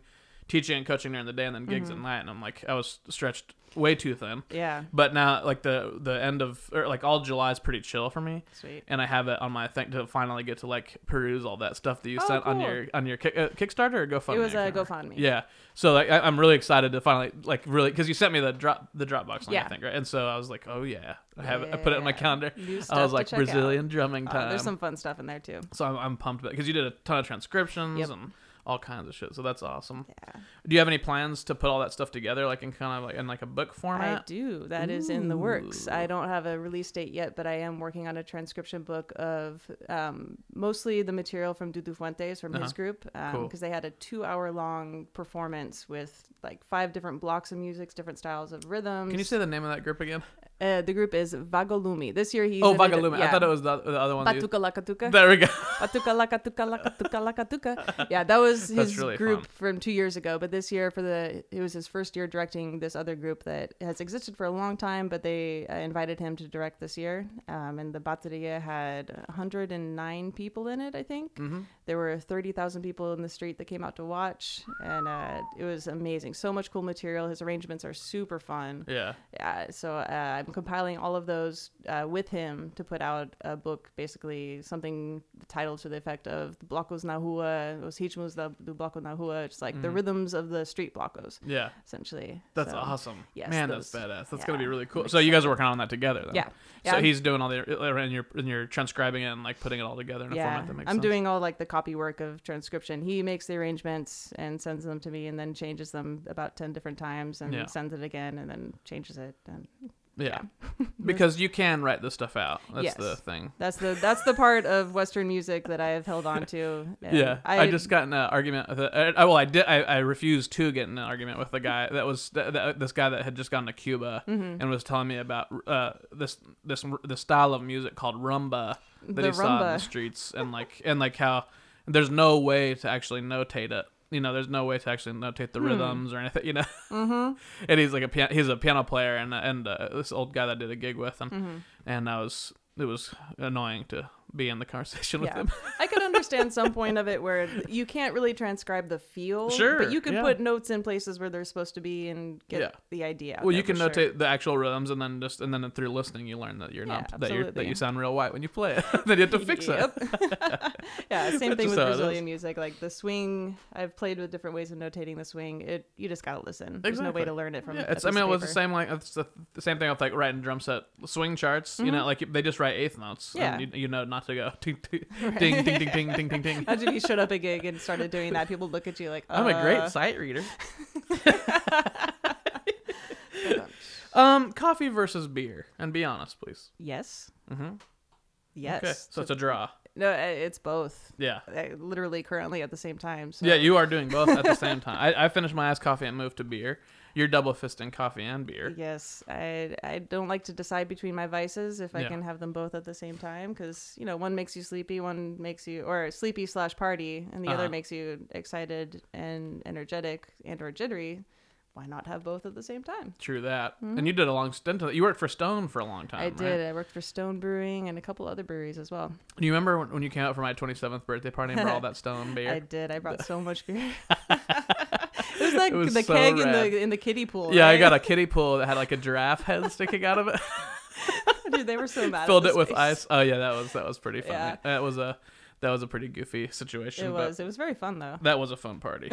[SPEAKER 1] teaching and coaching during the day and then gigs
[SPEAKER 2] Mm-hmm.
[SPEAKER 1] at night and I'm like I was stretched way too thin.
[SPEAKER 2] yeah.
[SPEAKER 1] But now like the the end of or like all July is pretty chill for me.
[SPEAKER 2] Sweet.
[SPEAKER 1] And I have it on my thing to finally get to like peruse all that stuff that you
[SPEAKER 2] Oh,
[SPEAKER 1] sent on
[SPEAKER 2] cool.
[SPEAKER 1] your on your kick, uh, Kickstarter or GoFundMe.
[SPEAKER 2] It was
[SPEAKER 1] I
[SPEAKER 2] a
[SPEAKER 1] can't remember.
[SPEAKER 2] GoFundMe.
[SPEAKER 1] Yeah, so like I, I'm really excited to finally like really because you sent me the drop the Dropbox link I
[SPEAKER 2] Yeah.
[SPEAKER 1] think right, and so I was like oh yeah I have it I put it in my
[SPEAKER 2] Yeah.
[SPEAKER 1] calendar.
[SPEAKER 2] New
[SPEAKER 1] I
[SPEAKER 2] stuff
[SPEAKER 1] was
[SPEAKER 2] to
[SPEAKER 1] like
[SPEAKER 2] check out.
[SPEAKER 1] Brazilian drumming
[SPEAKER 2] Oh,
[SPEAKER 1] time.
[SPEAKER 2] there's some fun stuff in there too.
[SPEAKER 1] So I'm, I'm pumped because you did a ton of transcriptions
[SPEAKER 2] Yep.
[SPEAKER 1] and all kinds of shit. So that's awesome.
[SPEAKER 2] Yeah.
[SPEAKER 1] Do you have any plans to put all that stuff together, like in kind of like in like a book
[SPEAKER 2] I
[SPEAKER 1] format?
[SPEAKER 2] do. That is in the works. I don't have a release date yet, but I am working on a transcription book of um, mostly the material from Dudu Fuentes from
[SPEAKER 1] Uh-huh.
[SPEAKER 2] his group because
[SPEAKER 1] Cool.
[SPEAKER 2] they had a two-hour-long performance with like five different blocks of music, different styles of rhythms.
[SPEAKER 1] Can you say the name of that group again?
[SPEAKER 2] Uh, the group is Vagolumi. This year he's
[SPEAKER 1] oh,
[SPEAKER 2] in a-
[SPEAKER 1] Vagalumi. I
[SPEAKER 2] yeah.
[SPEAKER 1] thought it was the, the other one. that you-
[SPEAKER 2] Batuka Lakatuka.
[SPEAKER 1] There
[SPEAKER 2] <laughs>
[SPEAKER 1] we go.
[SPEAKER 2] Patuka lakatuka lakatuka lakatuka. Yeah, that was
[SPEAKER 1] That's
[SPEAKER 2] his
[SPEAKER 1] really
[SPEAKER 2] group
[SPEAKER 1] fun.
[SPEAKER 2] from two years ago. But this year, for the it was his first year directing this other group that has existed for a long time, but they uh, invited him to direct this year. Um, and the Bateria had 109 people in it, I think.
[SPEAKER 1] Mm-hmm.
[SPEAKER 2] There were 30,000 people in the street that came out to watch, and uh, it was amazing. So much cool material. His arrangements are super fun.
[SPEAKER 1] Yeah.
[SPEAKER 2] Yeah, so uh, I'm compiling all of those uh, with him to put out a book, basically something titled to the effect of the blocos na rua, os ritmos da, do bloco na rua, just like the rhythms of the street blocos,
[SPEAKER 1] Yeah.
[SPEAKER 2] essentially.
[SPEAKER 1] Mm. That's
[SPEAKER 2] So,
[SPEAKER 1] awesome.
[SPEAKER 2] yes,
[SPEAKER 1] Man, that's
[SPEAKER 2] those-
[SPEAKER 1] badass. That's
[SPEAKER 2] yeah,
[SPEAKER 1] gonna be really cool.
[SPEAKER 2] I'm
[SPEAKER 1] So you guys are working on that together, then?
[SPEAKER 2] Yeah.
[SPEAKER 1] So
[SPEAKER 2] Yeah.
[SPEAKER 1] he's doing all the uh, and you're and you're transcribing it and like putting it all together in a
[SPEAKER 2] Yeah,
[SPEAKER 1] format that makes
[SPEAKER 2] I'm
[SPEAKER 1] sense.
[SPEAKER 2] doing all like the copy work of transcription. He makes the arrangements and sends them to me, and then changes them about ten different times, and
[SPEAKER 1] Yeah.
[SPEAKER 2] sends it again, and then changes it. And
[SPEAKER 1] Yeah.
[SPEAKER 2] <laughs>
[SPEAKER 1] because you can write this stuff out. That's
[SPEAKER 2] Yes.
[SPEAKER 1] the thing.
[SPEAKER 2] that's the that's the part of Western music that I have held on to. and
[SPEAKER 1] <laughs> Yeah, I, just got in an argument. With a, I, well, I did. I, I refused to get in an argument with the guy that was th- th- this guy that had just gone to Cuba
[SPEAKER 2] mm-hmm.
[SPEAKER 1] and was telling me about uh, this this the style of music called rumba that
[SPEAKER 2] The
[SPEAKER 1] he saw in the
[SPEAKER 2] rumba.
[SPEAKER 1] streets and like and like how there's no way to actually notate it. You know, there's no way to actually notate
[SPEAKER 2] Hmm.
[SPEAKER 1] the rhythms or anything. <laughs> You know,
[SPEAKER 2] Mm-hmm.
[SPEAKER 1] and he's like a pian- he's a piano player and and uh, this old guy that I did a gig with and
[SPEAKER 2] Hmm. Mm-hmm.
[SPEAKER 1] and I was it was annoying to be in the conversation <laughs> with
[SPEAKER 2] Yeah.
[SPEAKER 1] him.
[SPEAKER 2] I could understand some point of it where you can't really transcribe the feel.
[SPEAKER 1] Sure,
[SPEAKER 2] But you can
[SPEAKER 1] yeah.
[SPEAKER 2] put notes in places where they're supposed to be and get
[SPEAKER 1] Yeah.
[SPEAKER 2] the idea. out
[SPEAKER 1] Well, you
[SPEAKER 2] there
[SPEAKER 1] can
[SPEAKER 2] for
[SPEAKER 1] notate
[SPEAKER 2] sure.
[SPEAKER 1] the actual rhythms, and then just and then through listening, you learn that you're
[SPEAKER 2] Yeah,
[SPEAKER 1] not that you that you
[SPEAKER 2] absolutely.
[SPEAKER 1] sound real white when you play it. <laughs> then you
[SPEAKER 2] <laughs>
[SPEAKER 1] have to fix it.
[SPEAKER 2] Yep. <laughs>
[SPEAKER 1] <laughs>
[SPEAKER 2] yeah,
[SPEAKER 1] That's
[SPEAKER 2] same thing
[SPEAKER 1] just
[SPEAKER 2] with
[SPEAKER 1] how it is.
[SPEAKER 2] Brazilian music. Like the swing, I've played with different ways of notating the swing. It you just gotta listen. There's no
[SPEAKER 1] Exactly.
[SPEAKER 2] way to learn it from.
[SPEAKER 1] Yeah,
[SPEAKER 2] a
[SPEAKER 1] it's, I
[SPEAKER 2] piece
[SPEAKER 1] mean,
[SPEAKER 2] of
[SPEAKER 1] it was the
[SPEAKER 2] paper.
[SPEAKER 1] same like it's the, the same thing with like writing drum set swing charts. You know, like they just write eighth notes.
[SPEAKER 2] Mm-hmm. Yeah.
[SPEAKER 1] and you, you know not to go <laughs> ting, ting,
[SPEAKER 2] <laughs>
[SPEAKER 1] ding ding ding ding ding ding ding.
[SPEAKER 2] Imagine you showed up at gig and started doing that. People look at you like,
[SPEAKER 1] I'm a great
[SPEAKER 2] uh,
[SPEAKER 1] sight reader. um, coffee versus beer, and be honest, please.
[SPEAKER 2] <laughs> Yes.
[SPEAKER 1] Mm-hmm. <laughs>
[SPEAKER 2] Yes.
[SPEAKER 1] Okay, so it's a draw.
[SPEAKER 2] no, i- it's both.
[SPEAKER 1] Yeah.
[SPEAKER 2] I- uh, Literally, currently at the same time. So.
[SPEAKER 1] Yeah, you are doing both at the same time. I, I finished my ass coffee and moved to beer. You're double fisting coffee and beer.
[SPEAKER 2] Yes, I I don't like to decide between my vices if I
[SPEAKER 1] Yeah.
[SPEAKER 2] can have them both at the same time because you know one makes you sleepy, one makes you or sleepy slash party, and the
[SPEAKER 1] Uh-huh.
[SPEAKER 2] other makes you excited and energetic and or jittery. Why not have both at the same time?
[SPEAKER 1] True that. And you did a long stint. Of, you worked for Stone for a long time.
[SPEAKER 2] Mm-hmm. I
[SPEAKER 1] right?
[SPEAKER 2] did. I worked for Stone Brewing and a couple other breweries as well.
[SPEAKER 1] Do you remember when, when you came out for my 27th birthday party and brought
[SPEAKER 2] <laughs>
[SPEAKER 1] all that Stone beer?
[SPEAKER 2] I did. I brought so
[SPEAKER 1] <laughs>
[SPEAKER 2] much beer. <laughs> it was like
[SPEAKER 1] It was
[SPEAKER 2] the
[SPEAKER 1] so
[SPEAKER 2] keg in
[SPEAKER 1] rad.
[SPEAKER 2] the in the kiddie pool.
[SPEAKER 1] yeah, I
[SPEAKER 2] right?
[SPEAKER 1] got a kiddie pool that had like a giraffe head sticking out of it.
[SPEAKER 2] <laughs> Dude, they were
[SPEAKER 1] <laughs>
[SPEAKER 2] so mad. at
[SPEAKER 1] Filled
[SPEAKER 2] the
[SPEAKER 1] it with
[SPEAKER 2] space.
[SPEAKER 1] ice. Oh yeah, that was that was pretty funny.
[SPEAKER 2] Yeah.
[SPEAKER 1] That was a that was a pretty goofy situation.
[SPEAKER 2] It
[SPEAKER 1] but
[SPEAKER 2] was. It was very fun though.
[SPEAKER 1] That was a fun
[SPEAKER 2] <laughs>
[SPEAKER 1] party.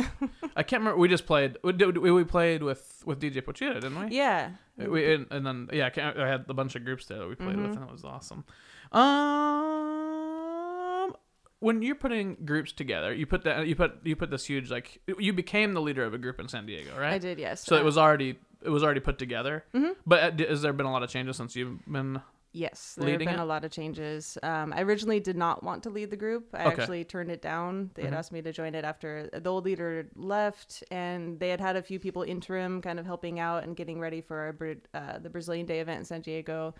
[SPEAKER 1] I can't remember. We just played. We, did- we, we played with with DJ Pochita, didn't we?
[SPEAKER 2] Yeah.
[SPEAKER 1] Uh, We and, and then yeah, I, can't, I
[SPEAKER 2] Mm-hmm.
[SPEAKER 1] had a bunch of groups there that we played with, and it was awesome. Um, when you're putting groups together, you put that you put you put this huge like you became the leader of a group in San Diego, right?
[SPEAKER 2] I did, yes.
[SPEAKER 1] So
[SPEAKER 2] Uh,
[SPEAKER 1] it was already it was already put together. Mm-hmm. But uh, d- has there been a lot of changes since you've been?
[SPEAKER 2] Yes, there
[SPEAKER 1] leading
[SPEAKER 2] have been
[SPEAKER 1] it?
[SPEAKER 2] a lot of changes. Um, I originally did not want to lead the group. I
[SPEAKER 1] Okay. Mm-hmm.
[SPEAKER 2] actually turned it down. They had asked me to join it after the old leader left, and they had had a few people interim, kind of helping out and getting ready for our, Bra- uh, the Brazilian Day event in San Diego.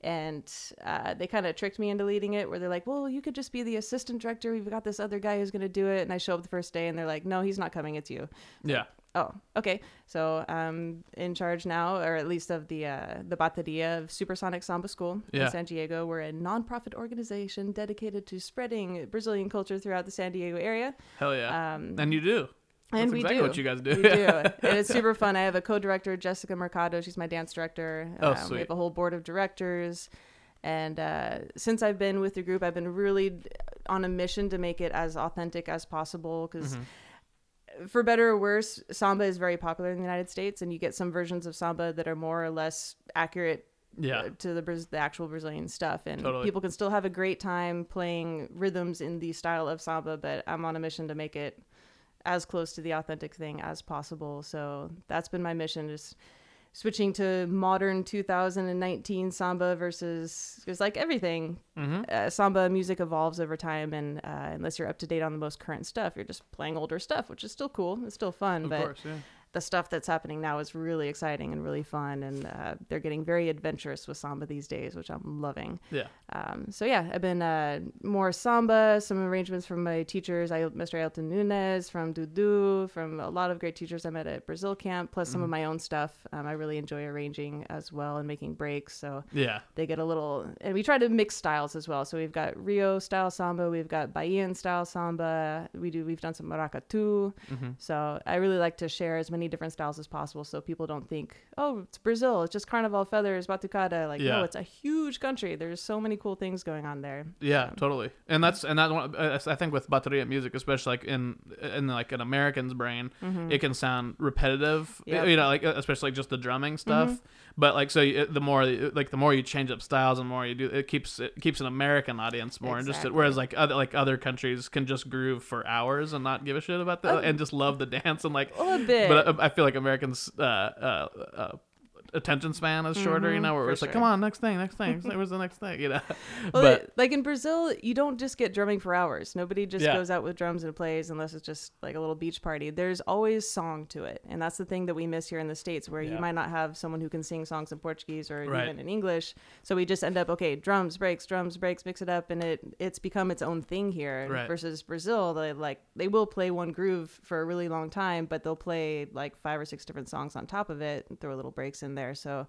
[SPEAKER 2] And uh, they kind of tricked me into leading it, where they're like, "Well, you could just be the assistant director. We've got this other guy who's going to do it." And I show up the first day, and they're like, "No, he's not coming. It's you."
[SPEAKER 1] Yeah.
[SPEAKER 2] Oh, okay. So I'm in charge now, or at least of the uh, the Bateria of Supersonic Samba School
[SPEAKER 1] Yeah.
[SPEAKER 2] in San Diego. We're a nonprofit organization dedicated to spreading Brazilian culture throughout the San Diego area.
[SPEAKER 1] Hell yeah.
[SPEAKER 2] Um,
[SPEAKER 1] and you do.
[SPEAKER 2] and
[SPEAKER 1] That's
[SPEAKER 2] we
[SPEAKER 1] exactly
[SPEAKER 2] do.
[SPEAKER 1] what you <laughs> guys do.
[SPEAKER 2] We do. And it's super fun. I have a co-director, Jessica Mercado. She's my dance director. Um,
[SPEAKER 1] Oh,
[SPEAKER 2] We
[SPEAKER 1] sweet.
[SPEAKER 2] have a whole board of directors. And uh, since I've been with the group, I've been really on a mission to make it as authentic as possible because
[SPEAKER 1] Mm-hmm.
[SPEAKER 2] for better or worse, samba is very popular in the United States, and you get some versions of samba that are more or less accurate
[SPEAKER 1] yeah.
[SPEAKER 2] uh, to the, Braz- the actual Brazilian stuff. And
[SPEAKER 1] Totally.
[SPEAKER 2] people can still have a great time playing rhythms in the style of samba, but I'm on a mission to make it as close to the authentic thing as possible. So that's been my mission. Just switching to modern 2019 samba versus because like everything
[SPEAKER 1] Mm-hmm.
[SPEAKER 2] uh, samba music evolves over time and uh, unless you're up to date on the most current stuff you're just playing older stuff which is still cool it's still fun
[SPEAKER 1] Of
[SPEAKER 2] but
[SPEAKER 1] course. Yeah.
[SPEAKER 2] the stuff that's happening now is really exciting and really fun, and uh, they're getting very adventurous with samba these days, which I'm loving.
[SPEAKER 1] Yeah.
[SPEAKER 2] Um, so yeah, I've been uh, more samba, some arrangements from my teachers, I, Mr. Ailton Nunez from Dudu, from a lot of great teachers I met at Brazil camp, plus some of my own stuff. Um, I really enjoy arranging as well and making breaks. So
[SPEAKER 1] Yeah.
[SPEAKER 2] they get a little and we try to mix styles as well so we've got rio style samba we've got bahian style samba we do we've done some maraca too
[SPEAKER 1] Mm-hmm.
[SPEAKER 2] so i really like to share as many different styles as possible so people don't think oh it's brazil it's just carnival feathers batucada like
[SPEAKER 1] Yeah.
[SPEAKER 2] no it's a huge country there's so many cool things going on there
[SPEAKER 1] Yeah, totally, and that's and that one. I I think with bateria music, especially like in in like an American's brain,
[SPEAKER 2] Mm-hmm.
[SPEAKER 1] it can sound repetitive.
[SPEAKER 2] Yep. Mm-hmm.
[SPEAKER 1] You know, like uh, especially like just the drumming stuff. But like so, you, the more like the more you change up styles and more you do, it keeps it keeps an American audience more interested.
[SPEAKER 2] Exactly.
[SPEAKER 1] Whereas like other like other countries can just groove for hours and not give a shit about
[SPEAKER 2] Oh.
[SPEAKER 1] that and just love the dance and like.
[SPEAKER 2] a bit
[SPEAKER 1] But I, I feel like Americans. Uh, uh, uh, attention span is shorter you know where
[SPEAKER 2] Mm-hmm. for
[SPEAKER 1] it's like
[SPEAKER 2] sure.
[SPEAKER 1] come on next thing next
[SPEAKER 2] <laughs>
[SPEAKER 1] thing where's the next thing you know but
[SPEAKER 2] Well, they- like in Brazil, you don't just get drumming for hours. Nobody just
[SPEAKER 1] Yeah.
[SPEAKER 2] goes out with drums and plays unless it's just like a little beach party. There's always song to it, and that's the thing that we miss here in the states, where
[SPEAKER 1] Yeah.
[SPEAKER 2] you might not have someone who can sing songs in Portuguese or
[SPEAKER 1] Right.
[SPEAKER 2] even in English. So we just end up okay, drums breaks, drums breaks, mix it up, and it it's become its own thing here.
[SPEAKER 1] Right.
[SPEAKER 2] Versus Brazil, they like they will play one groove for a really long time, but they'll play like five or six different songs on top of it and throw little breaks in there. So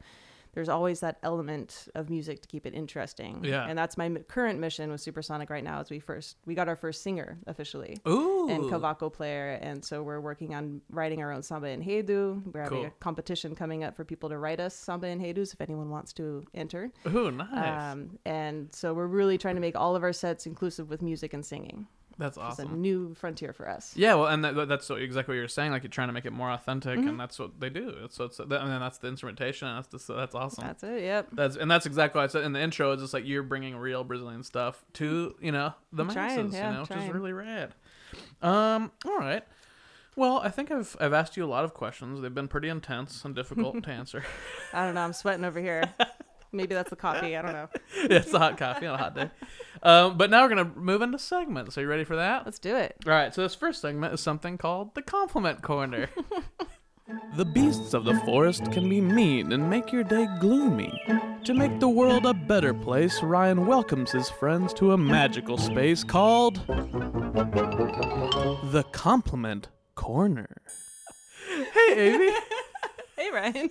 [SPEAKER 2] there's always that element of music to keep it interesting.
[SPEAKER 1] Yeah.
[SPEAKER 2] And that's my m- current mission with Supersonic right now is we first we got our first singer officially
[SPEAKER 1] ooh
[SPEAKER 2] and cavaco player and so we're working on writing our own samba and Hedu. We're having
[SPEAKER 1] Cool.
[SPEAKER 2] a competition coming up for people to write us samba and Hedus if anyone wants to enter.
[SPEAKER 1] Ooh, nice.
[SPEAKER 2] Um, and so we're really trying to make all of our sets inclusive with music and singing.
[SPEAKER 1] that's
[SPEAKER 2] It's a
[SPEAKER 1] awesome.
[SPEAKER 2] new frontier for us.
[SPEAKER 1] Yeah, well, and that, that's what, exactly what you're saying. Like you're trying to make it more authentic,
[SPEAKER 2] Mm-hmm.
[SPEAKER 1] and that's what they do. That's what's, that, I mean, that's the instrumentation. and That's the, so that's awesome. That's,
[SPEAKER 2] That's it. Yep.
[SPEAKER 1] and that's exactly what I said in the intro. It's just like you're bringing real Brazilian stuff to you know the
[SPEAKER 2] Mm. I'm trying,
[SPEAKER 1] masses,
[SPEAKER 2] yeah,
[SPEAKER 1] you
[SPEAKER 2] I'm
[SPEAKER 1] know, which is
[SPEAKER 2] trying.
[SPEAKER 1] really rad. Um, all right. Well, I think I've I've asked you a lot of questions. They've been pretty intense and
[SPEAKER 2] <laughs>
[SPEAKER 1] difficult to answer. <laughs>
[SPEAKER 2] I don't know. I'm sweating over here. Maybe that's the coffee. I don't know.
[SPEAKER 1] yeah, it's a hot coffee on a hot day. Um, but now we're gonna move into segments. Are you ready for that?
[SPEAKER 2] Let's do it.
[SPEAKER 1] All right, so this first segment is something called the compliment
[SPEAKER 2] <laughs>
[SPEAKER 1] corner. the beasts of the forest can be mean and make your day gloomy. To make the world a better place, Ryan welcomes his friends to a magical space called the compliment corner. Hey, Amy, <laughs>
[SPEAKER 2] Hey, Ryan.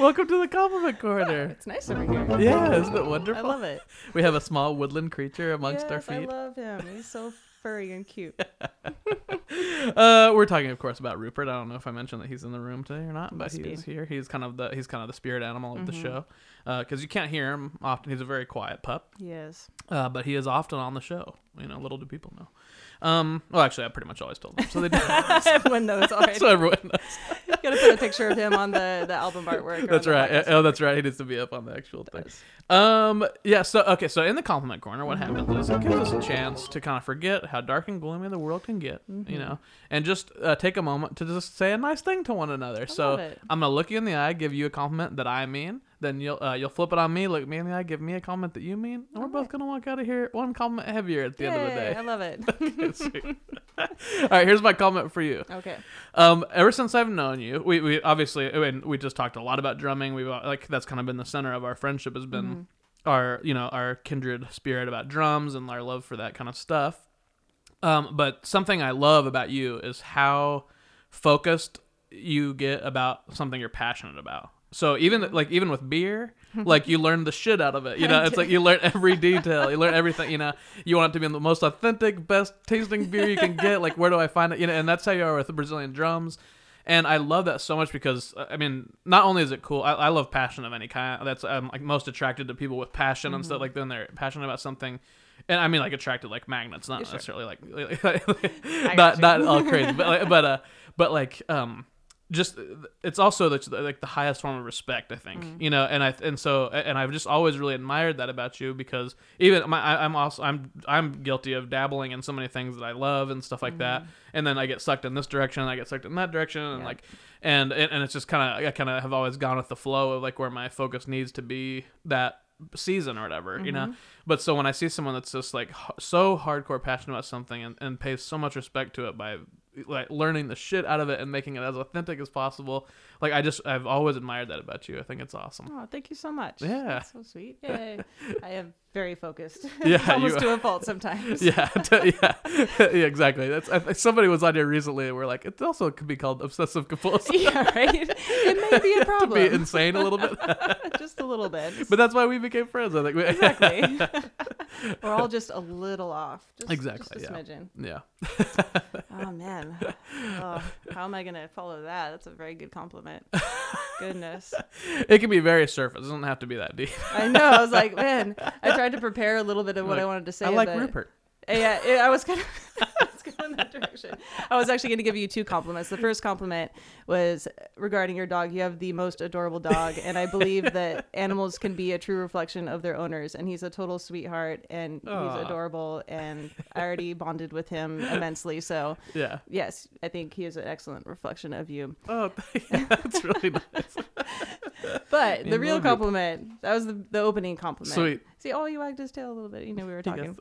[SPEAKER 1] welcome to the compliment
[SPEAKER 2] <laughs>
[SPEAKER 1] corner.
[SPEAKER 2] It's nice over here.
[SPEAKER 1] Yeah, isn't it wonderful?
[SPEAKER 2] I love it.
[SPEAKER 1] We have a small woodland creature amongst our feet.
[SPEAKER 2] I love him. He's so furry and cute.
[SPEAKER 1] Uh, we're talking, of course, about Rupert. I don't know if I mentioned that he's in the room today or not, but
[SPEAKER 2] Must
[SPEAKER 1] he
[SPEAKER 2] be. Mm-hmm.
[SPEAKER 1] is here. He's kind of the he's kind of the spirit animal of the show because you can't hear him often. He's a very quiet pup, <laughs>
[SPEAKER 2] Yes. <laughs>
[SPEAKER 1] uh, but he is often on the show. You know, little do people know. Um, well, actually, I pretty much always told them,
[SPEAKER 2] <laughs>
[SPEAKER 1] so they do.
[SPEAKER 2] Everyone knows
[SPEAKER 1] <laughs>
[SPEAKER 2] already.
[SPEAKER 1] so everyone knows.
[SPEAKER 2] Gotta put a picture of him on the, the album artwork. or
[SPEAKER 1] That's
[SPEAKER 2] on the
[SPEAKER 1] right.
[SPEAKER 2] podcast.
[SPEAKER 1] <laughs> Oh, that's right. He needs to be up on the actual thing. Um. Yeah. So okay. So in the compliment corner, what happens is it gives
[SPEAKER 2] Mm-hmm.
[SPEAKER 1] us a chance to kind of forget how dark and gloomy the world can get,
[SPEAKER 2] Mm-hmm.
[SPEAKER 1] you know, and just uh, take a moment to just say a nice thing to one another. so
[SPEAKER 2] love it.
[SPEAKER 1] I'm gonna look you in the eye, give you a compliment that I mean. Then you'll uh, you'll flip it on me, look me in the eye, give me a compliment that you mean, and we're both gonna walk out of here one compliment heavier at the end of the
[SPEAKER 2] Yay,
[SPEAKER 1] day.
[SPEAKER 2] I
[SPEAKER 1] <laughs>
[SPEAKER 2] love it.
[SPEAKER 1] Sweet. All right. Here's my comment for you.
[SPEAKER 2] Okay.
[SPEAKER 1] Um, ever since I've known you, we, we obviously I mean, we just talked a lot about drumming. We've uh, like that's kind of been the center of our friendship has
[SPEAKER 2] Mm-hmm.
[SPEAKER 1] been our you know our kindred spirit about drums and our love for that kind of stuff. Um, but something I love about you is how focused you get about something you're passionate about. So even like even with beer, like you learn the shit out of it. You know, it's like you learn every detail. You learn everything. You know, you want it to be the most authentic, best tasting beer you can get. Like where do I find it? You know, and that's how you are with the Brazilian drums. And I love that so much because uh, I mean, not only is it cool, I, I love passion of any kind. That's I'm like most attracted to people with passion and stuff. Like when they're passionate about something, and I mean like attracted like magnets, not necessarily like, <laughs> not
[SPEAKER 2] Mm-hmm. you.
[SPEAKER 1] not all
[SPEAKER 2] <laughs>
[SPEAKER 1] crazy, but like, but uh, but like um, just uh, it's also the, like the highest form of respect, I think.
[SPEAKER 2] Mm.
[SPEAKER 1] You know, and I and so and I've just always really admired that about you because even my I, I'm also I'm I'm guilty of dabbling in so many things that I love and stuff like that, and then I get sucked in this direction, and I get sucked in that direction, and
[SPEAKER 2] Mm. Yeah.
[SPEAKER 1] like and and and it's just kind of I kind of have always gone with the flow of like where my focus needs to be that season or whatever, you know.
[SPEAKER 2] Mm-hmm.
[SPEAKER 1] But so when I see someone that's just like h- so hardcore passionate about something and, and pays so much respect to it by like learning the shit out of it and making it as authentic as possible, like I just I've always admired that about you. I think it's
[SPEAKER 2] <laughs>
[SPEAKER 1] awesome.
[SPEAKER 2] Oh, thank you so much.
[SPEAKER 1] Yeah.
[SPEAKER 2] That's so sweet.
[SPEAKER 1] <laughs>
[SPEAKER 2] Yay. I am very focused.
[SPEAKER 1] Yeah,
[SPEAKER 2] <laughs> It's almost
[SPEAKER 1] you
[SPEAKER 2] to a fault sometimes.
[SPEAKER 1] Yeah, <laughs> t- yeah, yeah, exactly. That's I, think somebody was on here recently. and We're like, it also could be called obsessive compulsive.
[SPEAKER 2] <laughs> Yeah, right? It may be a
[SPEAKER 1] <laughs> to be
[SPEAKER 2] problem.
[SPEAKER 1] insane a little
[SPEAKER 2] <laughs>
[SPEAKER 1] bit,
[SPEAKER 2] just a little bit.
[SPEAKER 1] but that's why we became friends. I think. <laughs> We,
[SPEAKER 2] exactly. <laughs> We're all just a little off. Just,
[SPEAKER 1] Exactly,
[SPEAKER 2] Just a
[SPEAKER 1] yeah.
[SPEAKER 2] smidgen.
[SPEAKER 1] yeah.
[SPEAKER 2] Oh, man. Oh, how am I going to follow that? That's a very good compliment. Goodness.
[SPEAKER 1] It can be very surface. It doesn't have to be that deep.
[SPEAKER 2] I know. I was like, man, I tried to prepare a little bit of what I
[SPEAKER 1] Like,
[SPEAKER 2] wanted to say.
[SPEAKER 1] I like
[SPEAKER 2] but-
[SPEAKER 1] Rupert.
[SPEAKER 2] Yeah, it, I was kind of. <laughs> I was going in that direction. I was actually going to give you two compliments. The first compliment was regarding your dog. You have the most adorable dog, and I
[SPEAKER 1] <laughs>
[SPEAKER 2] believe that animals can be a true reflection of their owners. And he's a total sweetheart, and
[SPEAKER 1] Aw.
[SPEAKER 2] he's adorable. And I already bonded with him immensely. So
[SPEAKER 1] Yeah.
[SPEAKER 2] yes, I think he is an excellent reflection of you.
[SPEAKER 1] Oh, <laughs>
[SPEAKER 2] <laughs>
[SPEAKER 1] that's really nice. <laughs>
[SPEAKER 2] But
[SPEAKER 1] Me
[SPEAKER 2] the real
[SPEAKER 1] love you.
[SPEAKER 2] compliment that was the, the opening compliment.
[SPEAKER 1] Sweet.
[SPEAKER 2] See, oh, you wagged his tail a little bit. You know, we were
[SPEAKER 1] Yes.
[SPEAKER 2] talking.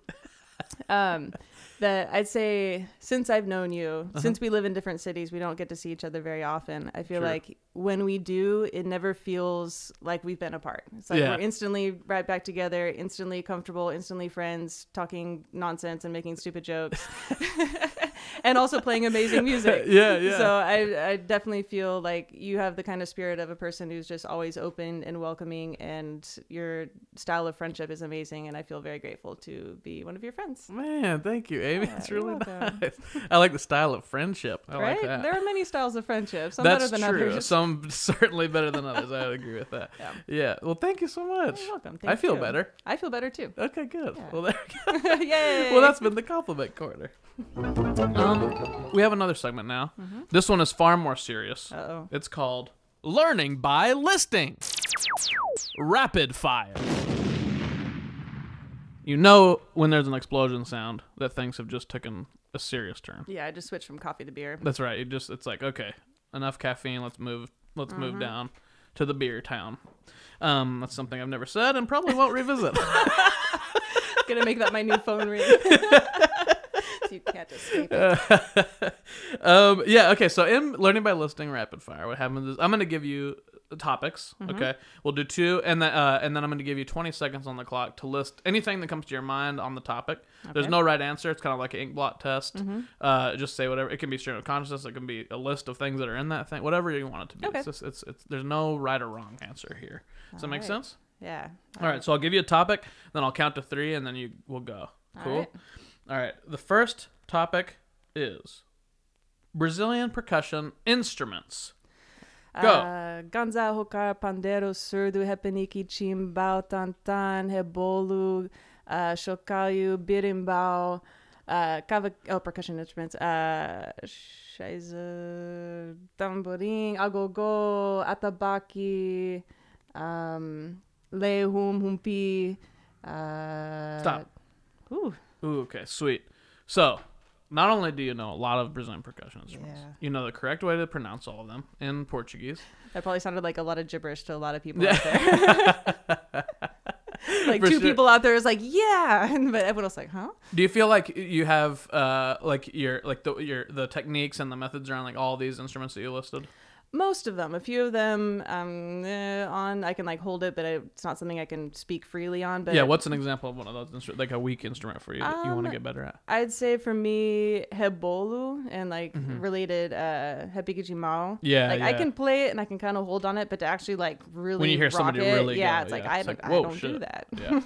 [SPEAKER 2] um, that I'd say since I've known you,
[SPEAKER 1] Uh-huh.
[SPEAKER 2] since we live in different cities, we don't get to see each other very often. I feel
[SPEAKER 1] True.
[SPEAKER 2] like when we do, it never feels like we've been apart. It's like
[SPEAKER 1] Yeah.
[SPEAKER 2] we're instantly right back together, instantly comfortable, instantly friends, talking nonsense and making stupid jokes, <laughs> and also playing amazing music.
[SPEAKER 1] <laughs> Yeah, yeah.
[SPEAKER 2] So I, I definitely feel like you have the kind of spirit of a person who's just always open and welcoming, and your style of friendship is amazing. And I feel very grateful to be one of your friends.
[SPEAKER 1] Man, thank you, Amy.
[SPEAKER 2] Yeah,
[SPEAKER 1] it's
[SPEAKER 2] you're
[SPEAKER 1] really
[SPEAKER 2] welcome.
[SPEAKER 1] <laughs> nice. I like the style of friendship. I
[SPEAKER 2] right?
[SPEAKER 1] like that.
[SPEAKER 2] There are many styles of friendship. Some
[SPEAKER 1] That's
[SPEAKER 2] better than
[SPEAKER 1] true.
[SPEAKER 2] others. <laughs>
[SPEAKER 1] Some certainly better than others. I would agree with that.
[SPEAKER 2] Yeah.
[SPEAKER 1] Well, thank you so much.
[SPEAKER 2] You're welcome.
[SPEAKER 1] I
[SPEAKER 2] Thank
[SPEAKER 1] feel
[SPEAKER 2] you.
[SPEAKER 1] better.
[SPEAKER 2] I feel
[SPEAKER 1] <laughs>
[SPEAKER 2] better too. <laughs>
[SPEAKER 1] Okay, good.
[SPEAKER 2] Yeah.
[SPEAKER 1] Well, there we go.
[SPEAKER 2] Yay!
[SPEAKER 1] well, that's been the compliment
[SPEAKER 2] <laughs>
[SPEAKER 1] corner. Um, we have another segment now.
[SPEAKER 2] Mm-hmm.
[SPEAKER 1] This one is far more serious.
[SPEAKER 2] Uh-oh.
[SPEAKER 1] It's called Learning by Listing. Rapid fire. You know when there's an explosion sound that things have just taken a serious turn.
[SPEAKER 2] Yeah, I just switched from coffee
[SPEAKER 1] <laughs>
[SPEAKER 2] to beer.
[SPEAKER 1] That's right. You just it's like okay, enough caffeine. Let's move. Let's move down to the beer town. Um, that's something I've never said and probably won't revisit.
[SPEAKER 2] Gonna make that my new
[SPEAKER 1] <laughs>
[SPEAKER 2] phone ring. <laughs> you can't escape it.
[SPEAKER 1] <laughs> um, yeah. Okay. So in learning by listening, rapid fire. What happens is I'm going to give you topics. Okay. We'll do two, and then uh, and then I'm going to give you 20 seconds on the clock to list anything that comes to your mind on the topic. There's
[SPEAKER 2] Okay.
[SPEAKER 1] no right answer. It's kind of like an ink blot test. Uh, just say whatever. It can be stream of consciousness. It can be a list of things that are in that thing. Whatever you want it to be.
[SPEAKER 2] Okay.
[SPEAKER 1] It's, just, it's it's there's no right or wrong answer here. Does that make
[SPEAKER 2] Alright.
[SPEAKER 1] sense?
[SPEAKER 2] Yeah.
[SPEAKER 1] All right, so I'll give you a topic, then I'll count to three, and then you will go.
[SPEAKER 2] All
[SPEAKER 1] Cool.
[SPEAKER 2] right.
[SPEAKER 1] All right. The first topic is Brazilian percussion instruments. Go.
[SPEAKER 2] Uh, ganza, rocar, pandeiro, surdo, repenique, chimbal, tantan, rebolo, uh, chocalho, birimbau, uh, cava, oh, percussion instruments, uh, shiza, tamborim, agogô, atabaque, um, lehum, humpi, uh,
[SPEAKER 1] Stop.
[SPEAKER 2] Ooh,
[SPEAKER 1] Ooh, okay, sweet. So, not only do you know a lot of Brazilian percussion instruments,
[SPEAKER 2] Yeah.
[SPEAKER 1] you know the correct way to pronounce all of them in Portuguese.
[SPEAKER 2] that probably sounded like a lot of gibberish to a lot of people out there.
[SPEAKER 1] <laughs>
[SPEAKER 2] like
[SPEAKER 1] For
[SPEAKER 2] two
[SPEAKER 1] sure.
[SPEAKER 2] people out there is like, yeah, <laughs> but everyone else like, huh?
[SPEAKER 1] Do you feel like you have uh like your like the your the techniques and the methods around like all these instruments that you listed?
[SPEAKER 2] most of them a few of them um eh, on i can like hold it but I, it's not something i can speak freely on but
[SPEAKER 1] Yeah, what's an example of one of those instruments like a weak instrument for you that you want to
[SPEAKER 2] Um,
[SPEAKER 1] get better at?
[SPEAKER 2] i'd say for me hebolu and like related uh hepikijimao
[SPEAKER 1] Mm-hmm. Yeah,
[SPEAKER 2] like i
[SPEAKER 1] yeah.
[SPEAKER 2] can play it and i can kind of hold on it but to actually like really
[SPEAKER 1] When you hear
[SPEAKER 2] rock
[SPEAKER 1] somebody
[SPEAKER 2] it,
[SPEAKER 1] really
[SPEAKER 2] yeah
[SPEAKER 1] go,
[SPEAKER 2] it's like
[SPEAKER 1] yeah,
[SPEAKER 2] i
[SPEAKER 1] it's
[SPEAKER 2] don't,
[SPEAKER 1] like,
[SPEAKER 2] I
[SPEAKER 1] whoa,
[SPEAKER 2] don't do
[SPEAKER 1] shit.
[SPEAKER 2] that <laughs>
[SPEAKER 1] Yeah.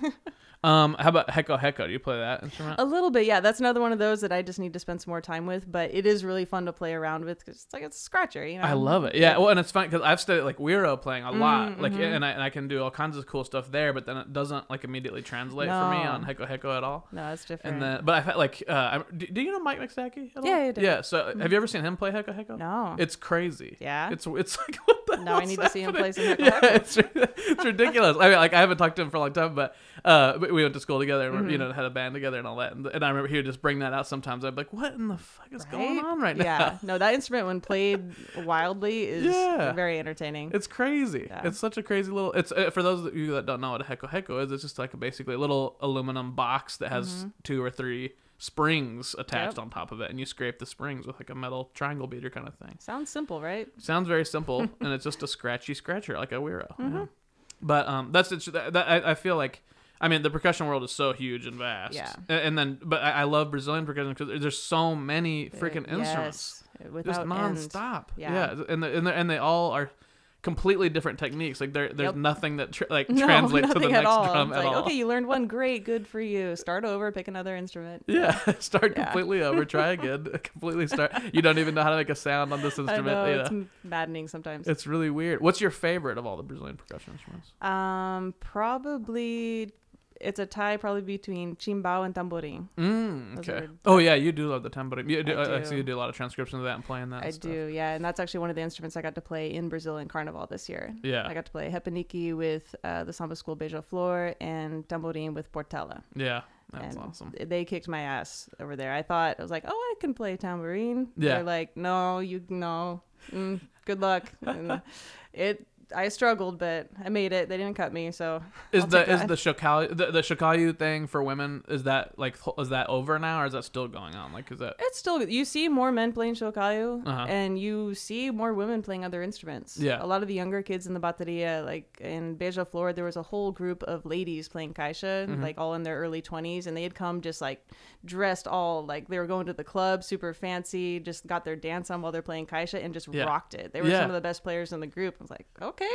[SPEAKER 1] um how about Heko Heko? Do you play that instrument?
[SPEAKER 2] a little bit yeah that's another one of those that i just need to spend some more time with but it is really fun to play around with because it's like it's a scratcher you know
[SPEAKER 1] I love it. Yeah. Well, and it's fun because I've studied like Weiro playing a lot,
[SPEAKER 2] Mm,
[SPEAKER 1] like,
[SPEAKER 2] mm-hmm.
[SPEAKER 1] and I, and I can do all kinds of cool stuff there, but then it doesn't like immediately translate for me
[SPEAKER 2] No.
[SPEAKER 1] on Heko Heko at all.
[SPEAKER 2] no that's different
[SPEAKER 1] And then, but I felt like, uh, I'm- do, do you know Mike McStacky? At all?
[SPEAKER 2] Yeah, I do. Mm-hmm.
[SPEAKER 1] yeah. So, uh, have you ever seen him play Heko Heko?
[SPEAKER 2] no
[SPEAKER 1] It's crazy.
[SPEAKER 2] Yeah?
[SPEAKER 1] It's it's like <laughs> what the
[SPEAKER 2] Now I
[SPEAKER 1] hell's
[SPEAKER 2] need to see him play
[SPEAKER 1] happening?
[SPEAKER 2] some
[SPEAKER 1] Yeah,
[SPEAKER 2] Heko
[SPEAKER 1] it's, <laughs> it's ridiculous. I mean, like I haven't talked to him for a long time, but uh, but we went to school together and
[SPEAKER 2] Mm-hmm.
[SPEAKER 1] you know had a band together and all that. And, and I remember he would just bring that out sometimes. I'd be like, what in the fuck is going on right
[SPEAKER 2] Yeah,
[SPEAKER 1] now?
[SPEAKER 2] no, that instrument when played wildly is
[SPEAKER 1] Yeah.
[SPEAKER 2] very entertaining.
[SPEAKER 1] It's crazy.
[SPEAKER 2] Yeah.
[SPEAKER 1] It's such a crazy little. It's uh, for those of you that don't know what a heko heko is. It's just like a, basically a little aluminum box that has two or three springs attached
[SPEAKER 2] Mm-hmm. Yep.
[SPEAKER 1] on top of it, and you scrape the springs with like a metal triangle beater kind of thing.
[SPEAKER 2] Sounds simple, right?
[SPEAKER 1] Sounds very
[SPEAKER 2] <laughs>
[SPEAKER 1] simple, and it's just a scratchy scratcher, like a weirdo. yeah.
[SPEAKER 2] Mm-hmm.
[SPEAKER 1] But um, that's it. That, that- I, I feel like, I mean, the percussion world is so huge and vast.
[SPEAKER 2] Yeah.
[SPEAKER 1] A- And, then, but I, I love Brazilian percussion because there's so many freaking
[SPEAKER 2] Yes,
[SPEAKER 1] instruments, just
[SPEAKER 2] without end.
[SPEAKER 1] nonstop.
[SPEAKER 2] Yeah.
[SPEAKER 1] and the, and the, and they all are completely different techniques. Like there, there's
[SPEAKER 2] Yep.
[SPEAKER 1] nothing that tr <laughs> like
[SPEAKER 2] <laughs> No,
[SPEAKER 1] translates to
[SPEAKER 2] nothing
[SPEAKER 1] the
[SPEAKER 2] at
[SPEAKER 1] next
[SPEAKER 2] all.
[SPEAKER 1] drum
[SPEAKER 2] It's
[SPEAKER 1] at
[SPEAKER 2] like,
[SPEAKER 1] all.
[SPEAKER 2] Okay, you learned one, great, good for you. Start over, pick another instrument.
[SPEAKER 1] <laughs> Yeah, start
[SPEAKER 2] Yeah.
[SPEAKER 1] completely over, try
[SPEAKER 2] <laughs>
[SPEAKER 1] again, <laughs> completely start. You don't even know how to make a sound on this
[SPEAKER 2] I
[SPEAKER 1] <laughs> instrument.
[SPEAKER 2] know
[SPEAKER 1] yeah.
[SPEAKER 2] it's m- maddening sometimes.
[SPEAKER 1] It's really weird. What's your favorite of all the Brazilian percussion instruments?
[SPEAKER 2] um, probably it's a tie probably between chimbao and tamborim.
[SPEAKER 1] Mm,
[SPEAKER 2] Those
[SPEAKER 1] okay.
[SPEAKER 2] are-
[SPEAKER 1] Oh yeah, you do love the tamborim. You do,
[SPEAKER 2] I
[SPEAKER 1] I, I
[SPEAKER 2] do.
[SPEAKER 1] see you do a lot of transcription of that and playing that. and
[SPEAKER 2] I
[SPEAKER 1] stuff.
[SPEAKER 2] do, yeah, and that's actually one of the instruments I got to play in Brazilian Carnival this year.
[SPEAKER 1] Yeah.
[SPEAKER 2] I got to play hepaniki with uh, the samba school Beija Flor and tamborim with Portela.
[SPEAKER 1] Yeah, that's
[SPEAKER 2] and
[SPEAKER 1] awesome.
[SPEAKER 2] th- They kicked my ass over there. I thought I was like, oh, I can play tambourine.
[SPEAKER 1] Yeah.
[SPEAKER 2] They're like, no, you no. Mm, good luck.
[SPEAKER 1] <laughs>
[SPEAKER 2] And it. I struggled, but I made it. They didn't cut me, so
[SPEAKER 1] Is
[SPEAKER 2] I'll
[SPEAKER 1] the
[SPEAKER 2] take
[SPEAKER 1] is
[SPEAKER 2] that.
[SPEAKER 1] the shokayu the, the shokayu thing for women? Is that like th- is that over now or is that still going on? Like is that
[SPEAKER 2] it's still. You see more men playing shokayu,
[SPEAKER 1] Uh-huh.
[SPEAKER 2] and you see more women playing other instruments.
[SPEAKER 1] Yeah.
[SPEAKER 2] a lot of the younger kids in the bateria, like in Beja Flor, there was a whole group of ladies playing kaisha,
[SPEAKER 1] Mm-hmm.
[SPEAKER 2] like all in their early twenties, and they had come just like dressed all like they were going to the club, super fancy, just got their dance on while they're playing kaisha and just
[SPEAKER 1] Yeah.
[SPEAKER 2] rocked it. They were
[SPEAKER 1] Yeah.
[SPEAKER 2] some of the best players in the group. I was like, okay,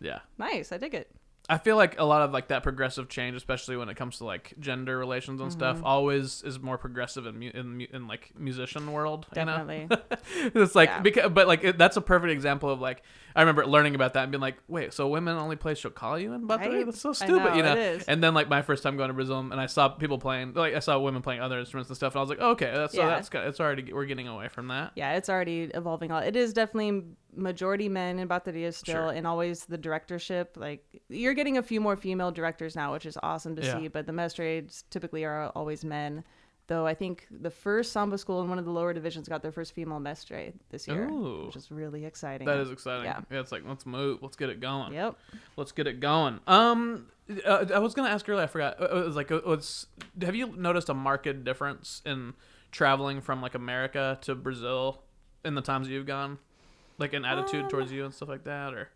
[SPEAKER 1] yeah?
[SPEAKER 2] nice, I dig it.
[SPEAKER 1] I feel like a lot of like that progressive change, especially when it comes to like gender relations and
[SPEAKER 2] Mm-hmm.
[SPEAKER 1] stuff, always is more progressive in mu- in, mu- in like musician world. you know?
[SPEAKER 2] Definitely.
[SPEAKER 1] <laughs> it's like
[SPEAKER 2] Yeah.
[SPEAKER 1] because but like it, that's a perfect example of like I remember learning about that and being like, wait, so women only play Shokalu and Bathory?
[SPEAKER 2] Right?
[SPEAKER 1] That's so
[SPEAKER 2] I
[SPEAKER 1] stupid, you know.
[SPEAKER 2] know, it is.
[SPEAKER 1] And then like my first time going to Brazil and I saw people playing like I saw women playing other instruments and stuff and I was like, okay, that's, so
[SPEAKER 2] Yeah.
[SPEAKER 1] that's kind it's already we're getting away from that.
[SPEAKER 2] yeah, it's already evolving. a lot. It is definitely majority men in Bateria still,
[SPEAKER 1] Sure.
[SPEAKER 2] and always the directorship. Like you're getting a few more female directors now, which is awesome to
[SPEAKER 1] Yeah.
[SPEAKER 2] see. But the mestrades typically are always men. Though I think the first samba school in one of the lower divisions got their first female mestrade this year,
[SPEAKER 1] Ooh.
[SPEAKER 2] which is really exciting.
[SPEAKER 1] That is exciting. Yeah.
[SPEAKER 2] Yeah.
[SPEAKER 1] it's like let's move, let's get it going.
[SPEAKER 2] Yep.
[SPEAKER 1] Let's get it going. Um, uh, I was gonna ask earlier, I forgot. Uh, It was like, uh, what's have you noticed a marked difference in traveling from like America to Brazil in the times you've gone, like in attitude
[SPEAKER 2] Um,
[SPEAKER 1] towards you and stuff like that, or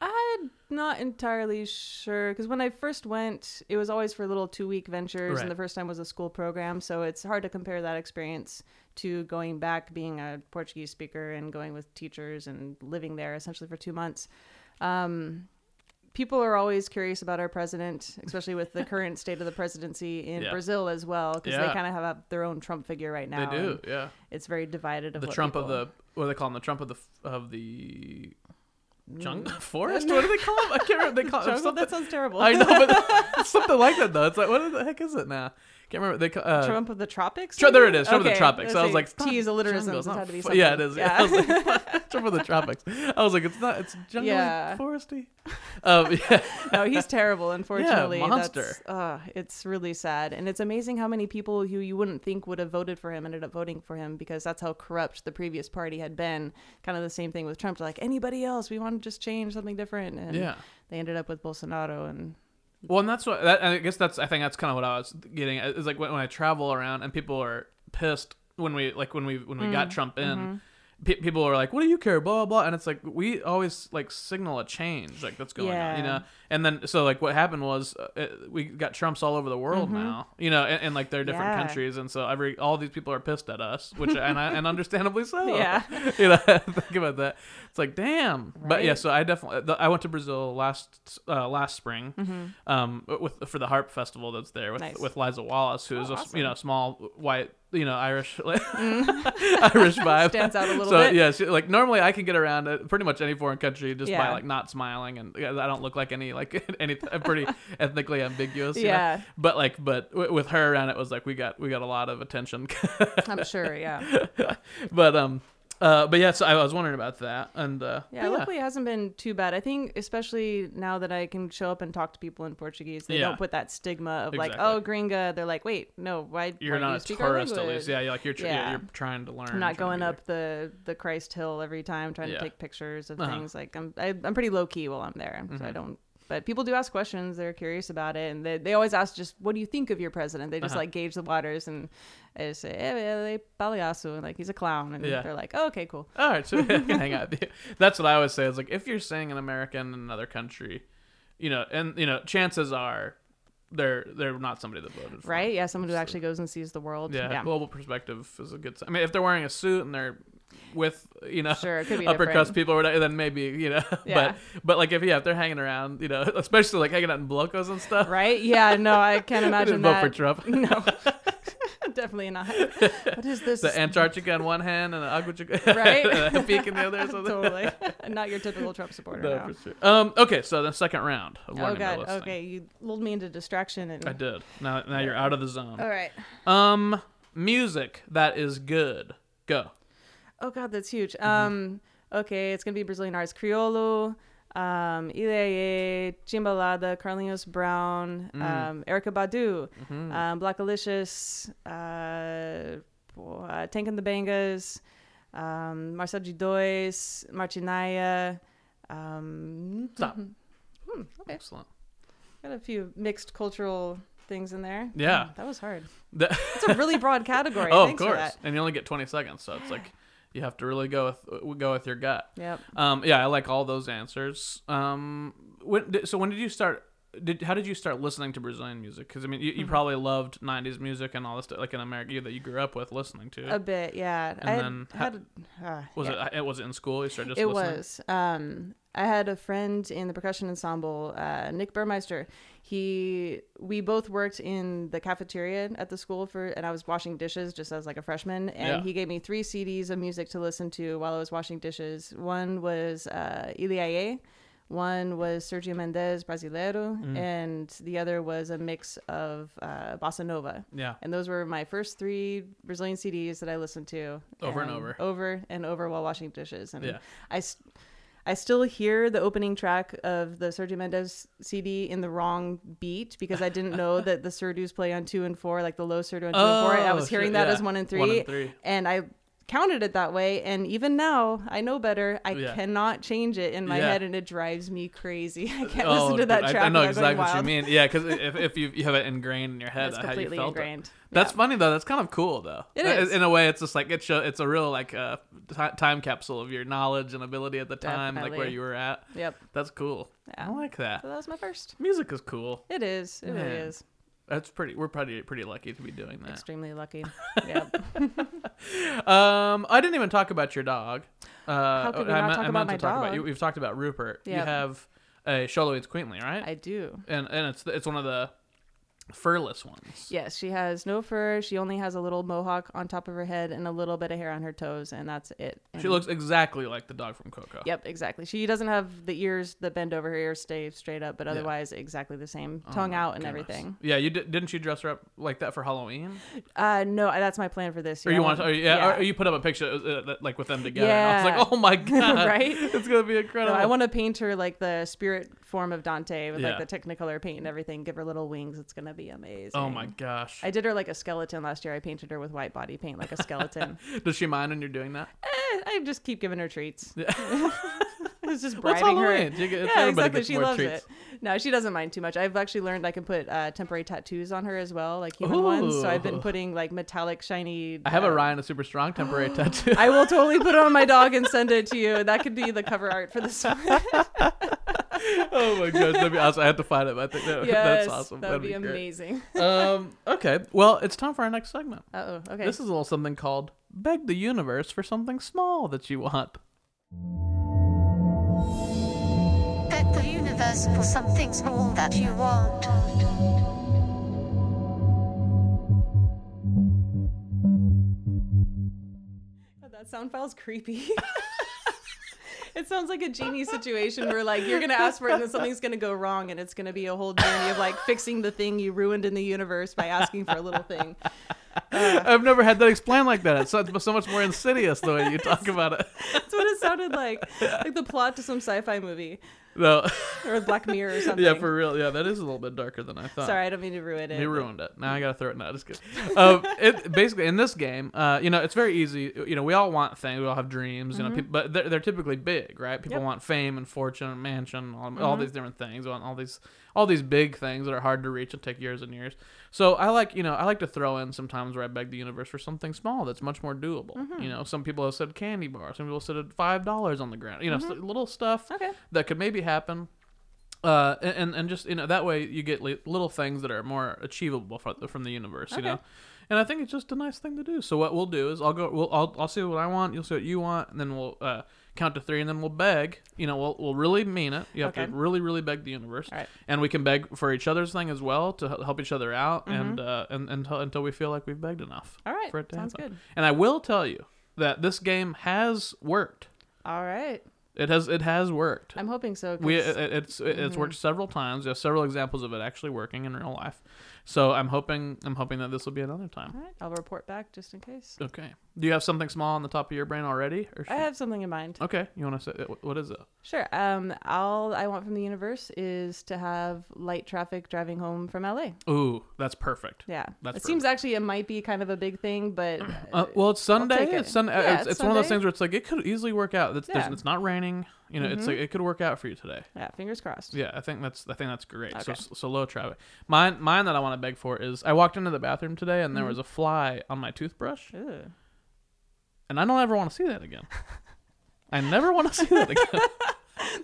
[SPEAKER 2] I'm not entirely sure because when I first went, it was always for little two week ventures,
[SPEAKER 1] Right.
[SPEAKER 2] and the first time was a school program. So it's hard to compare that experience to going back, being a Portuguese speaker, and going with teachers and living there essentially for two months. Um, people are always curious about our president, especially
[SPEAKER 1] <laughs>
[SPEAKER 2] with the current state of the presidency in
[SPEAKER 1] Yeah.
[SPEAKER 2] Brazil as well, because
[SPEAKER 1] Yeah.
[SPEAKER 2] they kind of have a, their own Trump figure right
[SPEAKER 1] They
[SPEAKER 2] now.
[SPEAKER 1] do,
[SPEAKER 2] and
[SPEAKER 1] yeah.
[SPEAKER 2] It's very divided. Of
[SPEAKER 1] The
[SPEAKER 2] what
[SPEAKER 1] Trump of
[SPEAKER 2] people-
[SPEAKER 1] the what do they call him? The Trump of the f- of the jungle
[SPEAKER 2] Mm.
[SPEAKER 1] <laughs> forest. What do they call him? I can't remember. They call him
[SPEAKER 2] <laughs> Jungle?
[SPEAKER 1] something.
[SPEAKER 2] That sounds terrible.
[SPEAKER 1] I know, but it's <laughs> something like that though. It's like what the heck is it now? Can't remember. They ca- uh,
[SPEAKER 2] Trump of the tropics.
[SPEAKER 1] Tru- there it
[SPEAKER 2] maybe?
[SPEAKER 1] is, Trump of the
[SPEAKER 2] Okay,
[SPEAKER 1] tropics.
[SPEAKER 2] let's
[SPEAKER 1] So I was
[SPEAKER 2] see.
[SPEAKER 1] like, it's not
[SPEAKER 2] T's
[SPEAKER 1] jungle,
[SPEAKER 2] alliterisms
[SPEAKER 1] it's not
[SPEAKER 2] had to be
[SPEAKER 1] fo-
[SPEAKER 2] something.
[SPEAKER 1] yeah, it is. Yeah. <laughs> I was like, Trump of the tropics. I was like, it's not.
[SPEAKER 2] <laughs>
[SPEAKER 1] It's jungle,
[SPEAKER 2] Yeah.
[SPEAKER 1] foresty. <laughs> Um, yeah,
[SPEAKER 2] <laughs> no,
[SPEAKER 1] <laughs>
[SPEAKER 2] he's terrible. Unfortunately,
[SPEAKER 1] monster.
[SPEAKER 2] That's, uh, it's really sad, and it's amazing how many people who you wouldn't think would have voted for him ended up voting for him because that's how corrupt the previous party had been. Kind of the same thing with Trump. Like anybody else, we want to just change something different, and
[SPEAKER 1] yeah.
[SPEAKER 2] they ended up with Bolsonaro. And
[SPEAKER 1] Well, and that's what that, and I guess that's I think that's kind of what I was getting at, is like when, when I travel around and people are pissed when we like when we when we
[SPEAKER 2] Mm,
[SPEAKER 1] got Trump in.
[SPEAKER 2] mm-hmm.
[SPEAKER 1] Pe- people are like, "What do you care?" Blah blah, blah, and it's like we always like signal a change, like that's going on,
[SPEAKER 2] Yeah.
[SPEAKER 1] you know. And then so like what happened was uh, it, we got Trumps all over the world now, you know, and, and like they're different
[SPEAKER 2] Mm-hmm. Yeah.
[SPEAKER 1] countries, and so every all these people are pissed at us, which and I, and understandably so.
[SPEAKER 2] <laughs> Yeah.
[SPEAKER 1] <laughs> you know, think about that. It's like, damn. But yeah,
[SPEAKER 2] Right.
[SPEAKER 1] so I definitely the- I went to Brazil last uh, last spring,
[SPEAKER 2] Mm-hmm.
[SPEAKER 1] um, with for the harp festival that's there with
[SPEAKER 2] Nice.
[SPEAKER 1] with Liza Wallace, who is
[SPEAKER 2] Oh,
[SPEAKER 1] a s-
[SPEAKER 2] awesome.
[SPEAKER 1] you know small white you know Irish <laughs> Irish
[SPEAKER 2] <laughs>
[SPEAKER 1] vibe
[SPEAKER 2] Stands out a little
[SPEAKER 1] so,
[SPEAKER 2] bit.
[SPEAKER 1] yeah, she, like normally I can get around uh, pretty much any foreign country just by
[SPEAKER 2] Yeah.
[SPEAKER 1] like not smiling and yeah, I don't look like any like <laughs> any I'm
[SPEAKER 2] <laughs>
[SPEAKER 1] pretty ethnically ambiguous. you know?
[SPEAKER 2] Yeah.
[SPEAKER 1] But like, but w- with her around, it was like we got we got a lot of attention. <laughs>
[SPEAKER 2] I'm sure, yeah,
[SPEAKER 1] but um uh but yeah so i was wondering about that and uh
[SPEAKER 2] yeah. Luckily, it hasn't been too bad. I think, especially now that I can show up and talk to people in Portuguese, they
[SPEAKER 1] Yeah.
[SPEAKER 2] don't put that stigma of like,
[SPEAKER 1] Exactly.
[SPEAKER 2] "Oh, gringa." They're like, "Wait, no, why?
[SPEAKER 1] you're
[SPEAKER 2] why do you
[SPEAKER 1] not a
[SPEAKER 2] speak our
[SPEAKER 1] tourist at
[SPEAKER 2] language?"
[SPEAKER 1] least yeah you're like you're tr- yeah.
[SPEAKER 2] Yeah.
[SPEAKER 1] you're trying to learn
[SPEAKER 2] I'm not
[SPEAKER 1] trying to
[SPEAKER 2] going
[SPEAKER 1] be
[SPEAKER 2] up the the Christ Hill every time trying
[SPEAKER 1] Yeah.
[SPEAKER 2] to take pictures of
[SPEAKER 1] Uh-huh. Mm-hmm.
[SPEAKER 2] things. Like I'm I, I'm pretty low key while I'm there, so I don't. But people do ask questions. They're curious about it, and they, they always ask just what do you think of your president? They just
[SPEAKER 1] Uh-huh.
[SPEAKER 2] like gauge the waters, and I just say eh, eh, palhaço, and like he's a clown, and
[SPEAKER 1] Yeah.
[SPEAKER 2] they're like, oh, okay, cool.
[SPEAKER 1] all right so <laughs> I can hang out with you. that's what i always say is like if you're saying an american in another country you know and you know chances are they're they're not somebody that voted for
[SPEAKER 2] Right? Yeah, someone who
[SPEAKER 1] So-
[SPEAKER 2] actually goes and sees the world.
[SPEAKER 1] yeah,
[SPEAKER 2] yeah.
[SPEAKER 1] global perspective is a good sign. i mean if they're wearing a suit and they're with you know
[SPEAKER 2] sure, it could be
[SPEAKER 1] upper
[SPEAKER 2] different.
[SPEAKER 1] crust people or whatever, then maybe you know <laughs>
[SPEAKER 2] Yeah.
[SPEAKER 1] but but like if yeah if they're hanging around you know <laughs> especially like hanging out in blocos and stuff
[SPEAKER 2] Right? Yeah, no,
[SPEAKER 1] <laughs>
[SPEAKER 2] I can't
[SPEAKER 1] I didn't
[SPEAKER 2] imagine
[SPEAKER 1] vote for
[SPEAKER 2] that.
[SPEAKER 1] trump <laughs>
[SPEAKER 2] <laughs> No, <laughs> definitely not. What is this?
[SPEAKER 1] the Antarctica in one hand and an Agua <laughs>
[SPEAKER 2] Right?
[SPEAKER 1] and a peak in the
[SPEAKER 2] <laughs>
[SPEAKER 1] other or something. <laughs>
[SPEAKER 2] totally not your typical Trump supporter.
[SPEAKER 1] No,
[SPEAKER 2] no.
[SPEAKER 1] for sure. Um, okay, so the second round of
[SPEAKER 2] Oh
[SPEAKER 1] learning by
[SPEAKER 2] god.
[SPEAKER 1] listening.
[SPEAKER 2] Okay, you lulled me into distraction and.
[SPEAKER 1] I did. Now, now you're out of the
[SPEAKER 2] All
[SPEAKER 1] zone.
[SPEAKER 2] right.
[SPEAKER 1] Um, music that is good. Go.
[SPEAKER 2] Oh god, that's huge.
[SPEAKER 1] Mm-hmm.
[SPEAKER 2] Um. Okay, it's gonna be Brazilian artists: Criolo, um, Ileye, Chimbalada, Carlinhos Brown,
[SPEAKER 1] Mm.
[SPEAKER 2] um, Erica Badu, um, Blackalicious, uh, bo- uh, Tank and the Bangas, um, Marcel G. Dois, Martinaya. Um,
[SPEAKER 1] Stop.
[SPEAKER 2] Hmm, okay.
[SPEAKER 1] Excellent.
[SPEAKER 2] got a few mixed cultural things in there.
[SPEAKER 1] Yeah.
[SPEAKER 2] Mm, that was hard.
[SPEAKER 1] <laughs> The-
[SPEAKER 2] It's a really broad category.
[SPEAKER 1] <laughs> oh, of
[SPEAKER 2] Thanks for
[SPEAKER 1] course.
[SPEAKER 2] that.
[SPEAKER 1] And you only get 20 seconds, so it's
[SPEAKER 2] <sighs>
[SPEAKER 1] like you have to really go with go with your gut.
[SPEAKER 2] Yep.
[SPEAKER 1] Um, yeah, I like all those answers. Um, when did, so when did you start? Did how did you start listening to Brazilian music? Because I mean, you,
[SPEAKER 2] Hmm.
[SPEAKER 1] you probably loved '90s music and all this stuff, like in America that you grew up with listening to.
[SPEAKER 2] A bit, yeah.
[SPEAKER 1] And
[SPEAKER 2] Uh, I had-
[SPEAKER 1] then ho-
[SPEAKER 2] had, uh,
[SPEAKER 1] was
[SPEAKER 2] yeah.
[SPEAKER 1] it? Was it in school? You started just
[SPEAKER 2] it
[SPEAKER 1] listening.
[SPEAKER 2] was. Um, I had a friend in the percussion ensemble, uh, Nick Burmeister. He, we both worked in the cafeteria at the school for, and I was washing dishes just as like a freshman. And
[SPEAKER 1] Yeah.
[SPEAKER 2] he gave me three CDs of music to listen to while I was washing dishes. One was uh, Iliaye, one was Sergio Mendes Brasileiro,
[SPEAKER 1] Mm.
[SPEAKER 2] and the other was a mix of uh, bossa nova.
[SPEAKER 1] Yeah.
[SPEAKER 2] And those were my first three Brazilian CDs that I listened to
[SPEAKER 1] Over and over.
[SPEAKER 2] over and over while washing dishes. And
[SPEAKER 1] Yeah.
[SPEAKER 2] I, s- I still hear the opening track of the Sergio Mendes CD in the wrong beat because I didn't know that the Surdus play on two and four, like the low Surdu on two and four. And I
[SPEAKER 1] Oh,
[SPEAKER 2] was
[SPEAKER 1] sure,
[SPEAKER 2] hearing that
[SPEAKER 1] yeah.
[SPEAKER 2] as one and three.
[SPEAKER 1] One and three.
[SPEAKER 2] and I counted it that way and even now i know better i
[SPEAKER 1] Yeah.
[SPEAKER 2] cannot change it in my
[SPEAKER 1] Yeah.
[SPEAKER 2] head and it drives me crazy <laughs> i can't
[SPEAKER 1] Oh,
[SPEAKER 2] listen to
[SPEAKER 1] dude,
[SPEAKER 2] that
[SPEAKER 1] I-
[SPEAKER 2] track
[SPEAKER 1] I, know
[SPEAKER 2] without going
[SPEAKER 1] exactly what you
[SPEAKER 2] wild.
[SPEAKER 1] mean. Yeah, because if, if you, you have it ingrained in your head,
[SPEAKER 2] it's
[SPEAKER 1] how you
[SPEAKER 2] completely
[SPEAKER 1] felt it.
[SPEAKER 2] ingrained
[SPEAKER 1] That's
[SPEAKER 2] Yeah.
[SPEAKER 1] funny though. That's kind of cool though.
[SPEAKER 2] It
[SPEAKER 1] Uh,
[SPEAKER 2] is.
[SPEAKER 1] in a way. It's just like it's a, it's a real like uh, ti time capsule of your knowledge and ability at the time, like where
[SPEAKER 2] Definitely.
[SPEAKER 1] you were at.
[SPEAKER 2] yep
[SPEAKER 1] That's cool. I
[SPEAKER 2] Yeah.
[SPEAKER 1] like
[SPEAKER 2] so
[SPEAKER 1] that.
[SPEAKER 2] that was my first
[SPEAKER 1] Music is cool.
[SPEAKER 2] It is. It really
[SPEAKER 1] Yeah.
[SPEAKER 2] is.
[SPEAKER 1] That's pretty. We're pretty pretty lucky to be doing that.
[SPEAKER 2] Extremely
[SPEAKER 1] <laughs>
[SPEAKER 2] lucky. Yeah.
[SPEAKER 1] Um, I didn't even talk about your dog. Uh,
[SPEAKER 2] could we
[SPEAKER 1] I
[SPEAKER 2] not
[SPEAKER 1] meant-
[SPEAKER 2] talk
[SPEAKER 1] I
[SPEAKER 2] about
[SPEAKER 1] meant to
[SPEAKER 2] my
[SPEAKER 1] talk About
[SPEAKER 2] dog?
[SPEAKER 1] you. We've talked about Rupert. You
[SPEAKER 2] Yep.
[SPEAKER 1] have a Charlotte Waits Queenly, right?
[SPEAKER 2] I do.
[SPEAKER 1] and and it's it's one of the furless ones.
[SPEAKER 2] Yes, she has no fur. She only has a little mohawk on top of her head and a little bit of hair on her toes, and that's it. And-
[SPEAKER 1] She looks exactly like the dog from Coco.
[SPEAKER 2] Yep, exactly. She doesn't have the ears that bend over her ears, stay straight up, but otherwise exactly the same, tongue out and
[SPEAKER 1] Oh Goodness.
[SPEAKER 2] everything.
[SPEAKER 1] Yeah, you di- didn't you dress her up like that for Halloween?
[SPEAKER 2] Uh, no, I- that's my plan for this
[SPEAKER 1] Or
[SPEAKER 2] year.
[SPEAKER 1] you
[SPEAKER 2] I
[SPEAKER 1] want? Or, yeah, Or you put up a picture uh, that, like with them together. And I was
[SPEAKER 2] Yeah.
[SPEAKER 1] like, oh
[SPEAKER 2] <laughs>
[SPEAKER 1] my god,
[SPEAKER 2] Right?
[SPEAKER 1] <laughs> It's gonna be
[SPEAKER 2] No,
[SPEAKER 1] incredible.
[SPEAKER 2] I want to paint her like the spirit form of Dante with
[SPEAKER 1] Yeah.
[SPEAKER 2] like the Technicolor paint and everything. Give her little wings. It's gonna be amazing.
[SPEAKER 1] Oh my gosh.
[SPEAKER 2] I did her like a skeleton last year. I painted her with white body paint like a skeleton.
[SPEAKER 1] Does she mind when you're doing that?
[SPEAKER 2] Eh, <laughs> I just keep giving her <laughs> treats.
[SPEAKER 1] Yeah.
[SPEAKER 2] It's just
[SPEAKER 1] What's
[SPEAKER 2] bribing her.
[SPEAKER 1] Halloween? You get- it's-
[SPEAKER 2] yeah,
[SPEAKER 1] everybody
[SPEAKER 2] exactly.
[SPEAKER 1] gets
[SPEAKER 2] She
[SPEAKER 1] more
[SPEAKER 2] loves
[SPEAKER 1] treats.
[SPEAKER 2] it. No, she doesn't mind too much. I've actually learned I can put uh, temporary tattoos on her as well, like human ones. So I've
[SPEAKER 1] Ooh.
[SPEAKER 2] been putting like metallic, shiny.
[SPEAKER 1] I have a
[SPEAKER 2] uh,
[SPEAKER 1] Ryan a super strong
[SPEAKER 2] <laughs>
[SPEAKER 1] temporary tattoo. <laughs>
[SPEAKER 2] I will totally put it on my dog and send it to you. That could be the cover art for <laughs> this one.
[SPEAKER 1] oh my gosh,
[SPEAKER 2] <laughs>
[SPEAKER 1] that'd be awesome. I have to find it. I think <laughs> that,
[SPEAKER 2] yes,
[SPEAKER 1] that's awesome.
[SPEAKER 2] That would be,
[SPEAKER 1] That'd be, great.
[SPEAKER 2] amazing.
[SPEAKER 1] um, okay, well, it's time for our next segment.
[SPEAKER 2] Uh oh. Okay.
[SPEAKER 1] This is a little something called beg the universe for something small that you want.
[SPEAKER 3] Beg the universe for something small that you want.
[SPEAKER 2] God, that sound file's creepy. <laughs> it sounds like a genie situation where like you're gonna ask for it and then something's gonna go wrong and it's gonna be a whole journey of like fixing the thing you ruined in the universe by asking for a little thing.
[SPEAKER 1] I've never had that explained like that. It's so, so much more insidious the way you talk about it.
[SPEAKER 2] That's what it sounded like. Like the plot to some sci-fi movie
[SPEAKER 1] No, <laughs>
[SPEAKER 2] or Black Mirror or something.
[SPEAKER 1] yeah, for real. Yeah, that is a little bit darker than I thought.
[SPEAKER 2] Sorry, I don't mean to ruin it.
[SPEAKER 1] You ruined it. Now I gotta throw it. No, just kidding. Um, <laughs> it basically in this game, uh, you know, it's very easy. You know, we all want things. We all have dreams. You know, peop but they're, they're typically big, right? People
[SPEAKER 2] Mm-hmm. Yep. Mm-hmm.
[SPEAKER 1] want fame and fortune, and mansion, all, all these different things. Want all these all these big things that are hard to reach and take years and years. So I like, you know, I like to throw in sometimes where I beg the universe for something small that's much more doable.
[SPEAKER 2] Mm-hmm.
[SPEAKER 1] You know, some people have said candy bar. Some people said five dollars on the ground. You know,
[SPEAKER 2] Mm-hmm.
[SPEAKER 1] s- little stuff
[SPEAKER 2] Okay.
[SPEAKER 1] that could maybe happen uh, and- and and just you know that way you get li- little things that are more achievable from from the universe, you know. And I think it's just a nice thing to do. So what we'll do is I'll go, we'll, I'll, I'll see what I want, you'll see what you want, and then we'll uh, count to three, and then we'll beg. You know, we'll we'll really mean it. You have
[SPEAKER 2] Okay.
[SPEAKER 1] to really really beg the universe,
[SPEAKER 2] All right.
[SPEAKER 1] and we can beg for each other's thing as well to hel- help each other out,
[SPEAKER 2] Mm-hmm.
[SPEAKER 1] and uh, and until until we feel like we've begged enough.
[SPEAKER 2] All right.
[SPEAKER 1] for it to
[SPEAKER 2] Sounds
[SPEAKER 1] happen.
[SPEAKER 2] good.
[SPEAKER 1] And I will tell you that this game has worked.
[SPEAKER 2] All right.
[SPEAKER 1] It has it has worked
[SPEAKER 2] I'm hoping so. 'cause-
[SPEAKER 1] we uh, it, it- it's it-
[SPEAKER 2] Mm-hmm.
[SPEAKER 1] it's worked several times. There's several examples of it actually working in real life. So I'm hoping I'm hoping that this will be another time.
[SPEAKER 2] All right. I'll report back just in case.
[SPEAKER 1] Okay. Do you have something small on the top of your brain already? Or
[SPEAKER 2] I
[SPEAKER 1] should-
[SPEAKER 2] have something in mind.
[SPEAKER 1] okay. You want to say what- what is it?
[SPEAKER 2] Sure. Um, all I want from the universe is to have light traffic driving home from LA.
[SPEAKER 1] Ooh, that's perfect.
[SPEAKER 2] Yeah,
[SPEAKER 1] That's
[SPEAKER 2] it seems actually it might be kind of a big
[SPEAKER 1] <clears throat>
[SPEAKER 2] thing, but
[SPEAKER 1] Uh, well, it's Sunday.
[SPEAKER 2] take
[SPEAKER 1] It's
[SPEAKER 2] it.
[SPEAKER 1] Sunday.
[SPEAKER 2] Yeah,
[SPEAKER 1] it's,
[SPEAKER 2] it's
[SPEAKER 1] it's one of those
[SPEAKER 2] Sunday.
[SPEAKER 1] things where it's like it could easily work out. It's, there's-
[SPEAKER 2] Yeah. Mm-hmm.
[SPEAKER 1] it's not raining. You know, it's like it could work out for you today.
[SPEAKER 2] yeah, fingers crossed.
[SPEAKER 1] Yeah, I think that's I think that's great. So
[SPEAKER 2] Okay.
[SPEAKER 1] so low traffic. Mine mine that I want to beg for is I walked into the bathroom today and there
[SPEAKER 2] Mm-hmm.
[SPEAKER 1] was a fly on my toothbrush.
[SPEAKER 2] Ooh.
[SPEAKER 1] and I don't ever want to see that
[SPEAKER 2] <laughs>
[SPEAKER 1] again. I never want to see that again.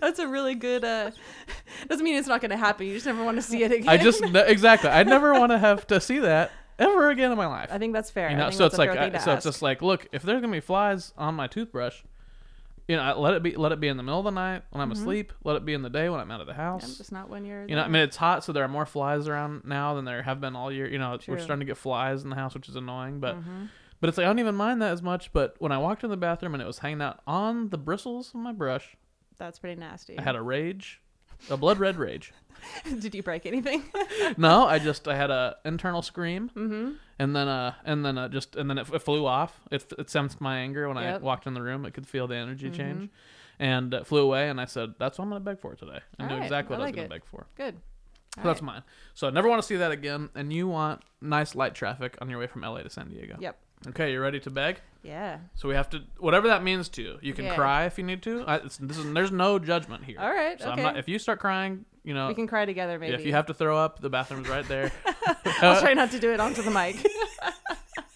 [SPEAKER 2] That's a really good. Uh, <laughs> doesn't mean it's not going to happen. You just never want to see it again.
[SPEAKER 1] I just ne- exactly. I never want to have to see that ever again in my life.
[SPEAKER 2] <laughs> I think that's fair.
[SPEAKER 1] You
[SPEAKER 2] I
[SPEAKER 1] know,
[SPEAKER 2] think
[SPEAKER 1] so
[SPEAKER 2] that's
[SPEAKER 1] it's
[SPEAKER 2] a
[SPEAKER 1] like
[SPEAKER 2] fair thing
[SPEAKER 1] I,
[SPEAKER 2] to
[SPEAKER 1] so it's
[SPEAKER 2] ask.
[SPEAKER 1] just like look, if there's gonna be flies on my toothbrush, you know, I- let it be let it be in the middle of the night when I'm asleep. Let it be in the day when I'm out of the
[SPEAKER 2] Mm-hmm. Yeah,
[SPEAKER 1] house.
[SPEAKER 2] I'm just not one year.
[SPEAKER 1] you know, I mean, it's hot, so there are more flies around now than there have been all year. You know, we're
[SPEAKER 2] True. Mm-hmm.
[SPEAKER 1] starting to get flies in the house, which is annoying, but. But it's like I don't even mind that as much. But when I walked in the bathroom and it was hanging out on the bristles of my brush,
[SPEAKER 2] that's pretty nasty.
[SPEAKER 1] I had a rage, a blood red rage. <laughs>
[SPEAKER 2] <laughs> Did you break anything? <laughs>
[SPEAKER 1] No, I just I had a internal scream, mm-hmm. and then uh and then uh, just and then it, it flew off. It, it sensed my anger when I
[SPEAKER 2] Yep. Mm-hmm.
[SPEAKER 1] walked in the room. It could feel the energy change, and it flew away. And I said, "That's what I'm gonna beg for today." I
[SPEAKER 2] All
[SPEAKER 1] knew
[SPEAKER 2] right,
[SPEAKER 1] exactly
[SPEAKER 2] I
[SPEAKER 1] what I was
[SPEAKER 2] like
[SPEAKER 1] gonna
[SPEAKER 2] it.
[SPEAKER 1] beg for.
[SPEAKER 2] Good.
[SPEAKER 1] So
[SPEAKER 2] All
[SPEAKER 1] that's
[SPEAKER 2] right.
[SPEAKER 1] mine. So I never want to see that again. And you want nice light traffic on your way from LA to San Diego.
[SPEAKER 2] Yep.
[SPEAKER 1] Okay, you ready to beg?
[SPEAKER 2] Yeah.
[SPEAKER 1] So we have to whatever that means to you. You can
[SPEAKER 2] Yeah.
[SPEAKER 1] cry if you need to. I, it's, this is, there's no judgment here.
[SPEAKER 2] All right,
[SPEAKER 1] So I'm
[SPEAKER 2] okay.
[SPEAKER 1] not, if you start crying, you know
[SPEAKER 2] We can cry together, maybe.
[SPEAKER 1] yeah, if you have uh, to throw up, the bathroom's right
[SPEAKER 2] <laughs>
[SPEAKER 1] there. <laughs>
[SPEAKER 2] I'll try not to do it onto the mic. <laughs>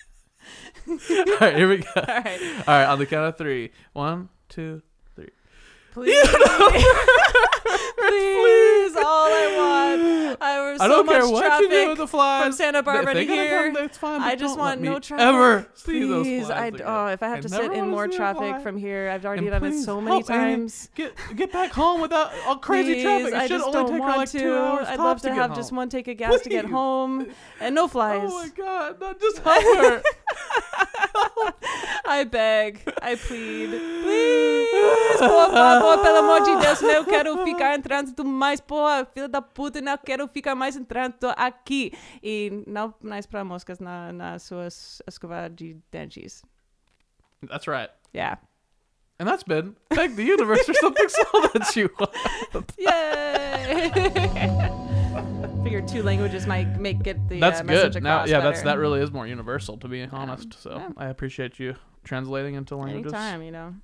[SPEAKER 1] All right, here we go. All
[SPEAKER 2] All right.
[SPEAKER 1] <laughs> right, on the count of three. One, two, three.
[SPEAKER 2] Please.
[SPEAKER 1] <laughs>
[SPEAKER 2] Please, all I want. I was
[SPEAKER 1] I
[SPEAKER 2] so
[SPEAKER 1] don't
[SPEAKER 2] much
[SPEAKER 1] care what
[SPEAKER 2] traffic
[SPEAKER 1] you do with the flies.
[SPEAKER 2] from Santa
[SPEAKER 1] If
[SPEAKER 2] Barbara
[SPEAKER 1] they're
[SPEAKER 2] to
[SPEAKER 1] gonna
[SPEAKER 2] here.
[SPEAKER 1] come, that's fine,
[SPEAKER 2] I
[SPEAKER 1] but
[SPEAKER 2] just
[SPEAKER 1] don't
[SPEAKER 2] want
[SPEAKER 1] let
[SPEAKER 2] no
[SPEAKER 1] me
[SPEAKER 2] traffic.
[SPEAKER 1] ever see those
[SPEAKER 2] please,
[SPEAKER 1] flies
[SPEAKER 2] I
[SPEAKER 1] again.
[SPEAKER 2] oh, if I have
[SPEAKER 1] I
[SPEAKER 2] to
[SPEAKER 1] never
[SPEAKER 2] sit in
[SPEAKER 1] wanna
[SPEAKER 2] more
[SPEAKER 1] see a
[SPEAKER 2] traffic
[SPEAKER 1] fly.
[SPEAKER 2] from here, I've already
[SPEAKER 1] And
[SPEAKER 2] done it
[SPEAKER 1] please
[SPEAKER 2] so many
[SPEAKER 1] help, Amy.
[SPEAKER 2] times.
[SPEAKER 1] Get get back home without all crazy
[SPEAKER 2] Please,
[SPEAKER 1] traffic. It
[SPEAKER 2] I
[SPEAKER 1] should
[SPEAKER 2] just
[SPEAKER 1] only
[SPEAKER 2] don't
[SPEAKER 1] take her
[SPEAKER 2] want
[SPEAKER 1] like
[SPEAKER 2] to.
[SPEAKER 1] two hours
[SPEAKER 2] I'd
[SPEAKER 1] tops
[SPEAKER 2] love to,
[SPEAKER 1] get
[SPEAKER 2] have
[SPEAKER 1] home.
[SPEAKER 2] just one take of gas to get
[SPEAKER 1] Please.
[SPEAKER 2] home, and no
[SPEAKER 1] <laughs>
[SPEAKER 2] flies.
[SPEAKER 1] Oh my god, not
[SPEAKER 2] <laughs>
[SPEAKER 1] just help her.
[SPEAKER 2] I beg, I plead, please, por
[SPEAKER 1] <laughs>
[SPEAKER 2] favor, pelo amor de Deus, não quero ficar entrando mais, pô, filha da puta, não quero ficar mais entrando aqui. E não mais para moscas na, na sua es- escova de dentes.
[SPEAKER 1] That's right.
[SPEAKER 2] Yeah.
[SPEAKER 1] And that's been Peg the Universe or something <laughs> so that you
[SPEAKER 2] Yay! <laughs> Figure two languages might make it the
[SPEAKER 1] That's
[SPEAKER 2] uh, message
[SPEAKER 1] good. Now
[SPEAKER 2] across
[SPEAKER 1] yeah, that's that
[SPEAKER 2] better.
[SPEAKER 1] really is more universal to be honest. So
[SPEAKER 2] yeah.
[SPEAKER 1] I appreciate you translating into languages.
[SPEAKER 2] Anytime, you know.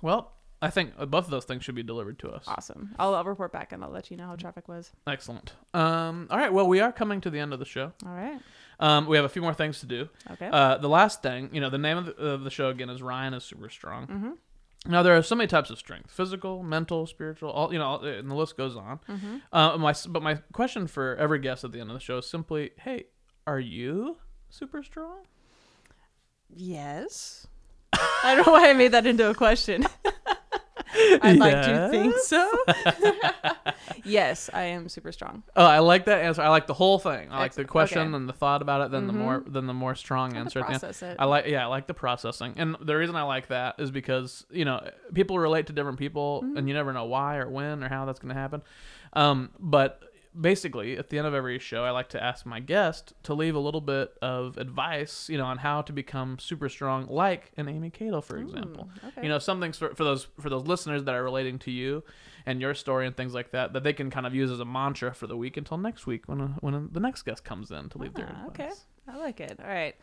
[SPEAKER 1] Well, I think uh, both of those things should be delivered to us.
[SPEAKER 2] Awesome. I'll, I'll report back and I'll let you know how traffic was.
[SPEAKER 1] Excellent. Um, all right. Well, we are coming to the end of the show.
[SPEAKER 2] All right.
[SPEAKER 1] Um, we have a few more things to do.
[SPEAKER 2] Okay.
[SPEAKER 1] Uh, the last thing, you know, the name of the, of the show again is Ryan is super strong. Now there are so many types of strength: physical, mental, spiritual. All you know, all- and the list goes on. Uh, my but my question for every guest at the end of the show is simply, "Hey, are you super strong?"
[SPEAKER 2] Yes. I don't know why I made that into a question. <laughs> I'd like to think so. <laughs> yes, I am super strong.
[SPEAKER 1] Oh, I like that answer. I like the whole thing. I like the
[SPEAKER 2] Excellent.
[SPEAKER 1] question
[SPEAKER 2] Okay.
[SPEAKER 1] and the thought about it. Then the more, then the more strong
[SPEAKER 2] to
[SPEAKER 1] answer. at the end.
[SPEAKER 2] process it.
[SPEAKER 1] I like, yeah, I like the processing. And the reason I like that is because you know people relate to different people, and you never know why or when or how that's going to happen. Um, but basically, at the end of every show, I like to ask my guest to leave a little bit of advice, you know, on how to become super strong, like an Amy Cato, for example.
[SPEAKER 2] Mm, okay.
[SPEAKER 1] You know, some things for, for those for those listeners that are relating to you and your story and things like that that they can kind of use as a mantra for the week until next week when uh, when the next guest comes in to leave their
[SPEAKER 2] Ah,
[SPEAKER 1] advice.
[SPEAKER 2] okay, I like it. All right.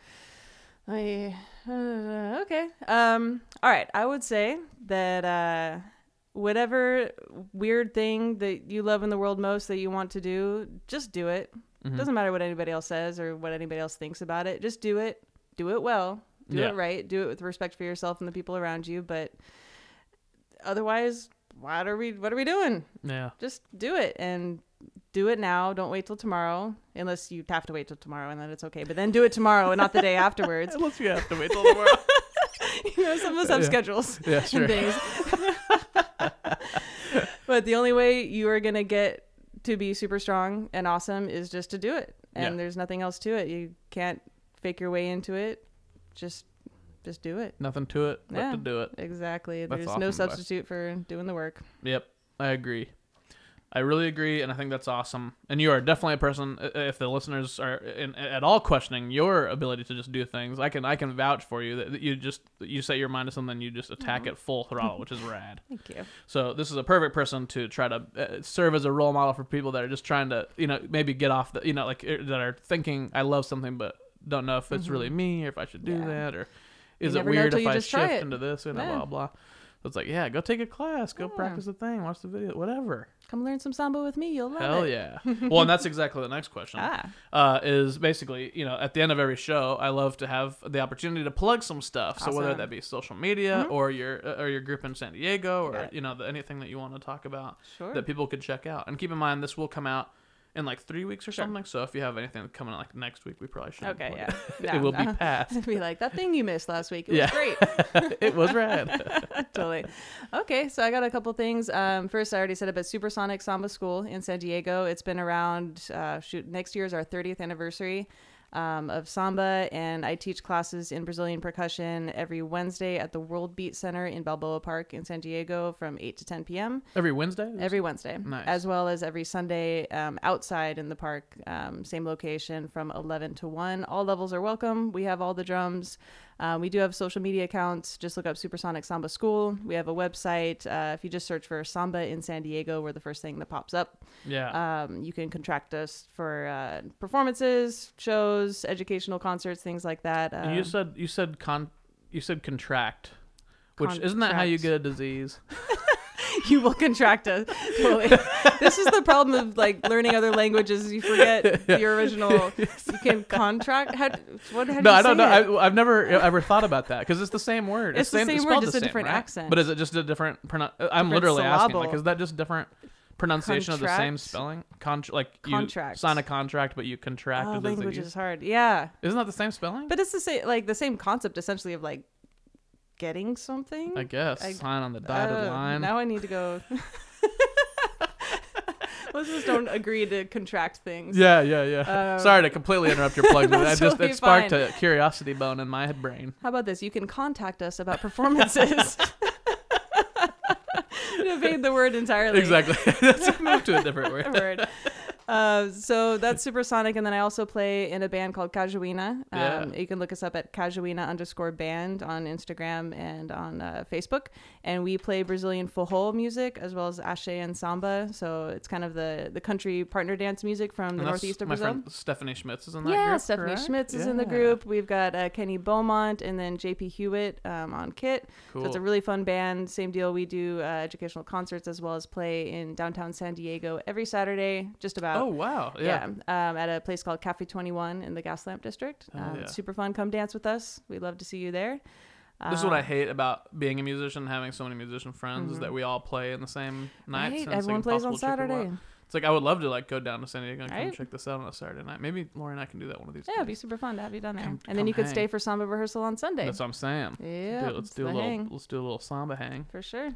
[SPEAKER 2] I, uh, okay. Um, all right. I would say that uh, whatever weird thing that you love in the world most that you want to do, just do it. Doesn't matter what anybody else says or what anybody else thinks about it. Just do it. Do it well. Do
[SPEAKER 1] Yeah.
[SPEAKER 2] it right. Do it with respect for yourself and the people around you. But otherwise, what are we? What are we doing?
[SPEAKER 1] Yeah.
[SPEAKER 2] just do it and do it now. Don't wait till tomorrow, unless you have to wait till tomorrow, and then it's okay. But then do it tomorrow and not the day
[SPEAKER 1] <laughs>
[SPEAKER 2] afterwards.
[SPEAKER 1] Unless you have to wait till tomorrow.
[SPEAKER 2] you know, some of us have
[SPEAKER 1] Yeah.
[SPEAKER 2] schedules
[SPEAKER 1] <laughs> Yeah, sure.
[SPEAKER 2] and things. but the only way you are gonna get to be super strong and awesome is just to do it, and
[SPEAKER 1] Yeah.
[SPEAKER 2] there's nothing else to it. You can't fake your way into it. Just, just do it.
[SPEAKER 1] Nothing to it but
[SPEAKER 2] Yeah.
[SPEAKER 1] to do it.
[SPEAKER 2] Exactly.
[SPEAKER 1] That's
[SPEAKER 2] There's
[SPEAKER 1] awesome
[SPEAKER 2] no
[SPEAKER 1] advice.
[SPEAKER 2] substitute for doing the work.
[SPEAKER 1] Yep, I agree. I really agree, and I think that's awesome. And you are definitely a person. i- If the listeners are in, at all questioning your ability to just do things, I can I can vouch for you that that you just you set your mind to something, you just attack
[SPEAKER 2] Mm-hmm.
[SPEAKER 1] it full throttle, which is rad.
[SPEAKER 2] Thank you.
[SPEAKER 1] So this is a perfect person to try to uh, serve as a role model for people that are just trying to, you know, maybe get off the, you know, like er, that are thinking I love something but don't know if it's really me or if I should do
[SPEAKER 2] Mm-hmm. Yeah.
[SPEAKER 1] that or is it
[SPEAKER 2] never know
[SPEAKER 1] weird
[SPEAKER 2] till
[SPEAKER 1] if
[SPEAKER 2] you
[SPEAKER 1] I
[SPEAKER 2] just try
[SPEAKER 1] shift
[SPEAKER 2] it.
[SPEAKER 1] into this you know,
[SPEAKER 2] Yeah.
[SPEAKER 1] blah blah. So it's like, yeah, go take a class, go practice the thing, watch the video, whatever.
[SPEAKER 2] Come learn some samba with me. You'll love
[SPEAKER 1] Hell
[SPEAKER 2] it. <laughs>
[SPEAKER 1] yeah. well, and that's exactly the next question.
[SPEAKER 2] Ah.
[SPEAKER 1] Uh, is basically, you know, at the end of every show, I love to have the opportunity to plug some stuff. So whether
[SPEAKER 2] Awesome. Mm-hmm.
[SPEAKER 1] that be social media or your uh, or your group in San Diego or
[SPEAKER 2] Got it.
[SPEAKER 1] you know the, anything that you want to talk about
[SPEAKER 2] Sure.
[SPEAKER 1] that people could check out. And keep in mind, this will come out in like three weeks or something. So if you have anything coming out like next week, we probably should.
[SPEAKER 2] Okay, yeah.
[SPEAKER 1] it <laughs>
[SPEAKER 2] No,
[SPEAKER 1] will be
[SPEAKER 2] no. <laughs>
[SPEAKER 1] past.
[SPEAKER 2] be like that thing you missed last week. It
[SPEAKER 1] Yeah.
[SPEAKER 2] was
[SPEAKER 1] <laughs>
[SPEAKER 2] great. <laughs>
[SPEAKER 1] it was rad.
[SPEAKER 2] totally. Okay, so I got a couple things. Um, first, I already said about Supersonic Samba School in San Diego. It's been around. Uh, shoot, next year is our 30th anniversary um, of samba, and I teach classes in Brazilian percussion every Wednesday at the World Beat Center in Balboa Park in San Diego from 8 to 10 p.m.
[SPEAKER 1] Every Wednesday.
[SPEAKER 2] every Wednesday,
[SPEAKER 1] Nice.
[SPEAKER 2] as well as every Sunday um, outside in the park, um, same location from 11 to 1. All levels are welcome. We have all the drums. Uh, we do have social media accounts. Just look up Supersonic Samba School. We have a website. Uh, if you just search for Samba in San Diego, we're the first thing that pops up.
[SPEAKER 1] yeah.
[SPEAKER 2] Um, you can contract us for uh, performances, shows, educational concerts, things like that.
[SPEAKER 1] And you
[SPEAKER 2] Um,
[SPEAKER 1] said you said con you said contract. Which isn't that how you
[SPEAKER 2] Contract.
[SPEAKER 1] get a disease?
[SPEAKER 2] you will contract us. Totally. <laughs> this is the problem of like learning other languages.
[SPEAKER 1] <laughs>
[SPEAKER 2] You forget your original. You can contract. How, what, how do
[SPEAKER 1] no,
[SPEAKER 2] you
[SPEAKER 1] I don't
[SPEAKER 2] say
[SPEAKER 1] know.
[SPEAKER 2] it?
[SPEAKER 1] I, I've never ever thought about that because it's the same word.
[SPEAKER 2] It's the same word,
[SPEAKER 1] spelled
[SPEAKER 2] just
[SPEAKER 1] the
[SPEAKER 2] a different
[SPEAKER 1] right?
[SPEAKER 2] accent.
[SPEAKER 1] But is it just a different? Prono- I'm
[SPEAKER 2] Different
[SPEAKER 1] literally asking. Like,
[SPEAKER 2] syllable.
[SPEAKER 1] is that just different pronunciation of the same
[SPEAKER 2] Contract?
[SPEAKER 1] spelling? Con- like you
[SPEAKER 2] Contract.
[SPEAKER 1] sign a contract, but you contract.
[SPEAKER 2] Oh,
[SPEAKER 1] it as
[SPEAKER 2] language
[SPEAKER 1] you-
[SPEAKER 2] is hard. Yeah,
[SPEAKER 1] Isn't that the same spelling?
[SPEAKER 2] but it's the same like the same concept essentially of like getting something.
[SPEAKER 1] I guess
[SPEAKER 2] I-
[SPEAKER 1] sign on the dotted
[SPEAKER 2] Oh,
[SPEAKER 1] line. <laughs>
[SPEAKER 2] Now I need to go. <laughs> Let's just don't agree to contract things.
[SPEAKER 1] Yeah, yeah, yeah.
[SPEAKER 2] Um,
[SPEAKER 1] Sorry to completely interrupt your
[SPEAKER 2] <laughs>
[SPEAKER 1] plug. but I
[SPEAKER 2] That's
[SPEAKER 1] just
[SPEAKER 2] totally
[SPEAKER 1] it sparked
[SPEAKER 2] fine.
[SPEAKER 1] a curiosity bone in my brain.
[SPEAKER 2] How about this? You can contact us
[SPEAKER 1] <laughs>
[SPEAKER 2] about performances. <laughs> Evade the word entirely.
[SPEAKER 1] Exactly. <laughs> Let's move to a different
[SPEAKER 2] <laughs>
[SPEAKER 1] word.
[SPEAKER 2] word. Uh, so that's Supersonic, and then I also play in a band called Cajuina. Um,
[SPEAKER 1] Yeah.
[SPEAKER 2] You can look us up at Cajuina underscore band on Instagram and on uh, Facebook, and we play Brazilian forró music as well as ashe and samba. So it's kind of the the country partner dance music from the
[SPEAKER 1] And that's
[SPEAKER 2] northeast of
[SPEAKER 1] my
[SPEAKER 2] Brazil.
[SPEAKER 1] friend Stephanie Schmitz is in that
[SPEAKER 2] yeah,
[SPEAKER 1] group,
[SPEAKER 2] Stephanie
[SPEAKER 1] correct?
[SPEAKER 2] Schmitz is in the
[SPEAKER 1] Yeah.
[SPEAKER 2] group. We've got uh, Kenny Beaumont and then JP Hewitt um, on kit. So it's a
[SPEAKER 1] Cool.
[SPEAKER 2] really fun band. Same deal. We do uh, educational concerts as well as play in downtown San Diego every Saturday, just about.
[SPEAKER 1] Oh wow.
[SPEAKER 2] yeah.
[SPEAKER 1] Yeah.
[SPEAKER 2] Um, at a place called Cafe 21 in the Gaslamp District.
[SPEAKER 1] Oh,
[SPEAKER 2] um,
[SPEAKER 1] yeah.
[SPEAKER 2] Super fun. Come dance with us. We'd love to see you there.
[SPEAKER 1] This is
[SPEAKER 2] uh,
[SPEAKER 1] what I hate about being a musician, and having so many musician friends, is that we all play in the same nights.
[SPEAKER 2] Uh,
[SPEAKER 1] and
[SPEAKER 2] Right,
[SPEAKER 1] it's like
[SPEAKER 2] mm-hmm. everyone plays on
[SPEAKER 1] impossible to check it out.
[SPEAKER 2] Saturday.
[SPEAKER 1] It's like I would love to like go down to San Diego and come
[SPEAKER 2] Right.
[SPEAKER 1] check this out on a Saturday night. Maybe Lauren and I can do that one of these.
[SPEAKER 2] Yeah, it'd be
[SPEAKER 1] days.
[SPEAKER 2] super fun to have you down there.
[SPEAKER 1] Come-
[SPEAKER 2] and then
[SPEAKER 1] come
[SPEAKER 2] you could stay
[SPEAKER 1] hang.
[SPEAKER 2] for samba rehearsal on Sunday.
[SPEAKER 1] That's what I'm saying.
[SPEAKER 2] yeah,
[SPEAKER 1] Dude, let's
[SPEAKER 2] it's
[SPEAKER 1] do a
[SPEAKER 2] the
[SPEAKER 1] little.
[SPEAKER 2] hang,
[SPEAKER 1] Let's do a little samba hang.
[SPEAKER 2] for sure.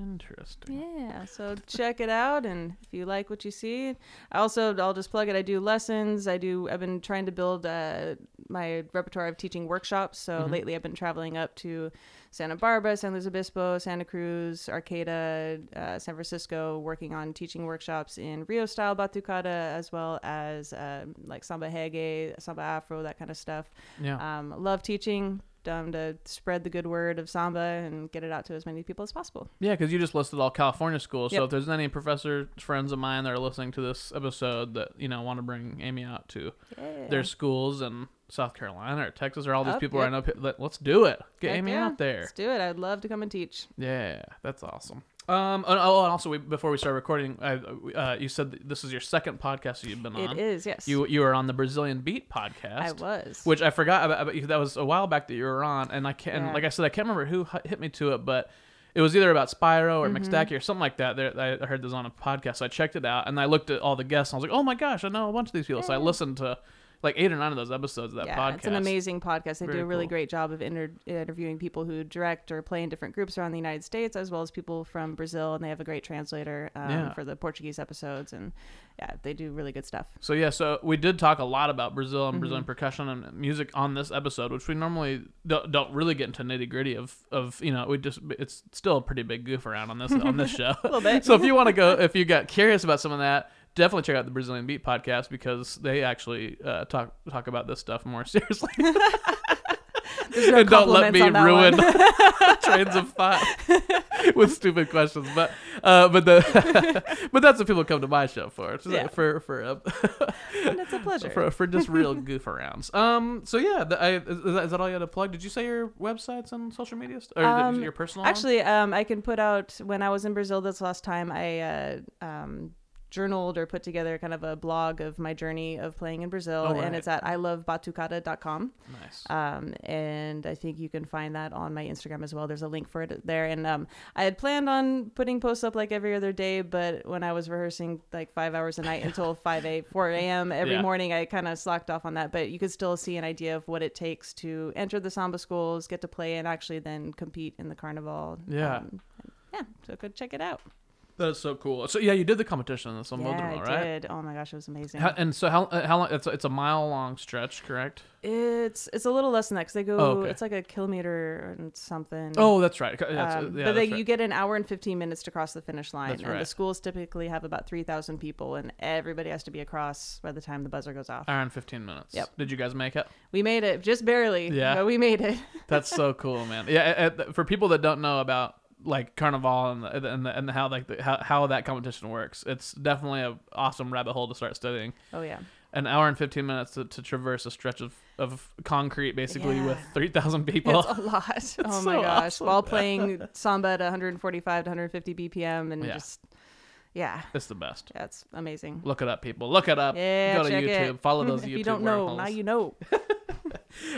[SPEAKER 1] Interesting.
[SPEAKER 2] Yeah, so check it out, and if you like what you see, I also I'll just plug it. I do lessons. I do. I've been trying to build uh, my repertoire of teaching workshops. So lately, I've been traveling up to Santa Barbara, San Luis Obispo, Santa Cruz, Arcata, uh, San Francisco, working on teaching workshops in Rio style batucada, as well as um like samba hege, samba afro, that kind of stuff.
[SPEAKER 1] Yeah.
[SPEAKER 2] Um, love teaching. Um, to spread the good word of samba and get it out to as many people as possible.
[SPEAKER 1] Yeah, because you just listed all California schools. So
[SPEAKER 2] Yep.
[SPEAKER 1] if there's any professor friends of mine that are listening to this episode that you know want to bring Amy out to
[SPEAKER 2] Yeah.
[SPEAKER 1] their schools in South Carolina or Texas or all these
[SPEAKER 2] Up,
[SPEAKER 1] people
[SPEAKER 2] yep.
[SPEAKER 1] right up, let- let's do it. Get
[SPEAKER 2] Heck
[SPEAKER 1] Amy
[SPEAKER 2] yeah.
[SPEAKER 1] out there.
[SPEAKER 2] Let's do it. I'd love to come and teach.
[SPEAKER 1] Yeah, that's awesome. Um, and, oh, and also we, before we start recording, I, uh, you said that this is your second podcast that you've been on.
[SPEAKER 2] It is, yes.
[SPEAKER 1] You you were on the Brazilian Beat podcast.
[SPEAKER 2] I was.
[SPEAKER 1] which I forgot about, about. That was a while back that you were on, and I can't. and
[SPEAKER 2] Yeah.
[SPEAKER 1] Like I said, I can't remember who hi- hit me to it, but it was either about Spyro
[SPEAKER 2] Mm-hmm.
[SPEAKER 1] or Mixtacky or something like that. There, I I heard this on a podcast, so I checked it out, and I looked at all the guests, and I was like, "Oh my gosh, I know a bunch of these people." So I listened to like eight or nine of those episodes of that
[SPEAKER 2] yeah,
[SPEAKER 1] podcast.
[SPEAKER 2] it's an amazing podcast. They
[SPEAKER 1] Very
[SPEAKER 2] do a really
[SPEAKER 1] cool.
[SPEAKER 2] great job of inter- interviewing people who direct or play in different groups around the United States, as well as people from Brazil, and they have a great translator um,
[SPEAKER 1] Yeah.
[SPEAKER 2] for the Portuguese episodes. And yeah, they do really good stuff.
[SPEAKER 1] <laughs> So yeah, so we did talk a lot about Brazil and
[SPEAKER 2] Mm-hmm.
[SPEAKER 1] Brazilian percussion and music on this episode, which we normally don't, don't really get into nitty gritty of of you know we just it's still a pretty big goof around on this on this
[SPEAKER 2] <laughs>
[SPEAKER 1] show. a little <laughs>
[SPEAKER 2] bit.
[SPEAKER 1] so if you want to go, if you got curious about some of that, definitely check out the Brazilian Beat podcast because they actually uh, talk talk about this stuff more <laughs> seriously.
[SPEAKER 2] There's no
[SPEAKER 1] And don't let
[SPEAKER 2] compliments
[SPEAKER 1] me
[SPEAKER 2] on that
[SPEAKER 1] ruin
[SPEAKER 2] one.
[SPEAKER 1] <laughs> trains of thought <laughs> with stupid questions. But uh, but the <laughs> but that's what people come to my show for. It's
[SPEAKER 2] Yeah.
[SPEAKER 1] For for uh, <laughs>
[SPEAKER 2] and <laughs> it's a pleasure.
[SPEAKER 1] for, for just
[SPEAKER 2] <laughs>
[SPEAKER 1] real goof arounds. Um. So yeah, the, I, is, that, is that all you had to plug? Did you say your websites and social media st- or the-
[SPEAKER 2] Um,
[SPEAKER 1] your personal? one?
[SPEAKER 2] Actually, um, I can put out when I was in Brazil this last time. I uh, um, journaled or put together kind of a blog of my journey of playing in Brazil,
[SPEAKER 1] Oh, right.
[SPEAKER 2] and it's at ilovebatucada.com.
[SPEAKER 1] nice.
[SPEAKER 2] Um, and I think you can find that on my Instagram as well. There's a link for it there. And um, I had planned on putting posts up like every other day, but when I was rehearsing like five hours a night
[SPEAKER 1] <laughs>
[SPEAKER 2] until 5 a 4 a.m. every
[SPEAKER 1] Yeah.
[SPEAKER 2] morning, I kind of slacked off on that. But you could still see an idea of what it takes to enter the samba schools, get to play, and actually then compete in the carnival.
[SPEAKER 1] Yeah.
[SPEAKER 2] Um, yeah, so go check it out.
[SPEAKER 1] That's so cool. So yeah, you did the competition in the Samba
[SPEAKER 2] yeah,
[SPEAKER 1] Drama,
[SPEAKER 2] I
[SPEAKER 1] right?
[SPEAKER 2] did. Oh my gosh, it was amazing.
[SPEAKER 1] How, and so how uh, how long? It's a, it's a mile long stretch, correct?
[SPEAKER 2] it's it's a little less than that because they go.
[SPEAKER 1] Oh, okay.
[SPEAKER 2] It's like a kilometer and something.
[SPEAKER 1] Oh, that's right. Yeah, it's-
[SPEAKER 2] Um,
[SPEAKER 1] yeah,
[SPEAKER 2] but
[SPEAKER 1] that's
[SPEAKER 2] they,
[SPEAKER 1] right.
[SPEAKER 2] you get an hour and 15 minutes to cross the finish line.
[SPEAKER 1] That's
[SPEAKER 2] and the
[SPEAKER 1] right.
[SPEAKER 2] schools typically have about 3,000 people, and everybody has to be across by the time the buzzer goes off.
[SPEAKER 1] Hour and fifteen minutes.
[SPEAKER 2] Yep.
[SPEAKER 1] Did you guys make
[SPEAKER 2] <laughs>
[SPEAKER 1] it?
[SPEAKER 2] We made it, just barely.
[SPEAKER 1] Yeah.
[SPEAKER 2] But we
[SPEAKER 1] <laughs>
[SPEAKER 2] made it.
[SPEAKER 1] That's so cool, man. Yeah. at- at- for people that don't know about like carnival and the, and the, and the, how like the, how, how that competition works, it's definitely a awesome rabbit hole to start studying.
[SPEAKER 2] Oh, yeah.
[SPEAKER 1] an hour and 15 minutes to, to traverse a stretch of, of concrete basically
[SPEAKER 2] Yeah.
[SPEAKER 1] with 3,000 people.
[SPEAKER 2] It's a lot. oh, my
[SPEAKER 1] so
[SPEAKER 2] gosh.
[SPEAKER 1] awesome. <laughs>
[SPEAKER 2] While playing samba at 145 to 150 BPM, and
[SPEAKER 1] Yeah.
[SPEAKER 2] just, yeah.
[SPEAKER 1] <laughs> it's the best.
[SPEAKER 2] Yeah, it's amazing.
[SPEAKER 1] Look it up, people. Look it up.
[SPEAKER 2] Yeah,
[SPEAKER 1] Go to
[SPEAKER 2] check <laughs>
[SPEAKER 1] YouTube.
[SPEAKER 2] it.
[SPEAKER 1] Follow those
[SPEAKER 2] if
[SPEAKER 1] YouTube
[SPEAKER 2] you don't know, now
[SPEAKER 1] wormholes.
[SPEAKER 2] you know.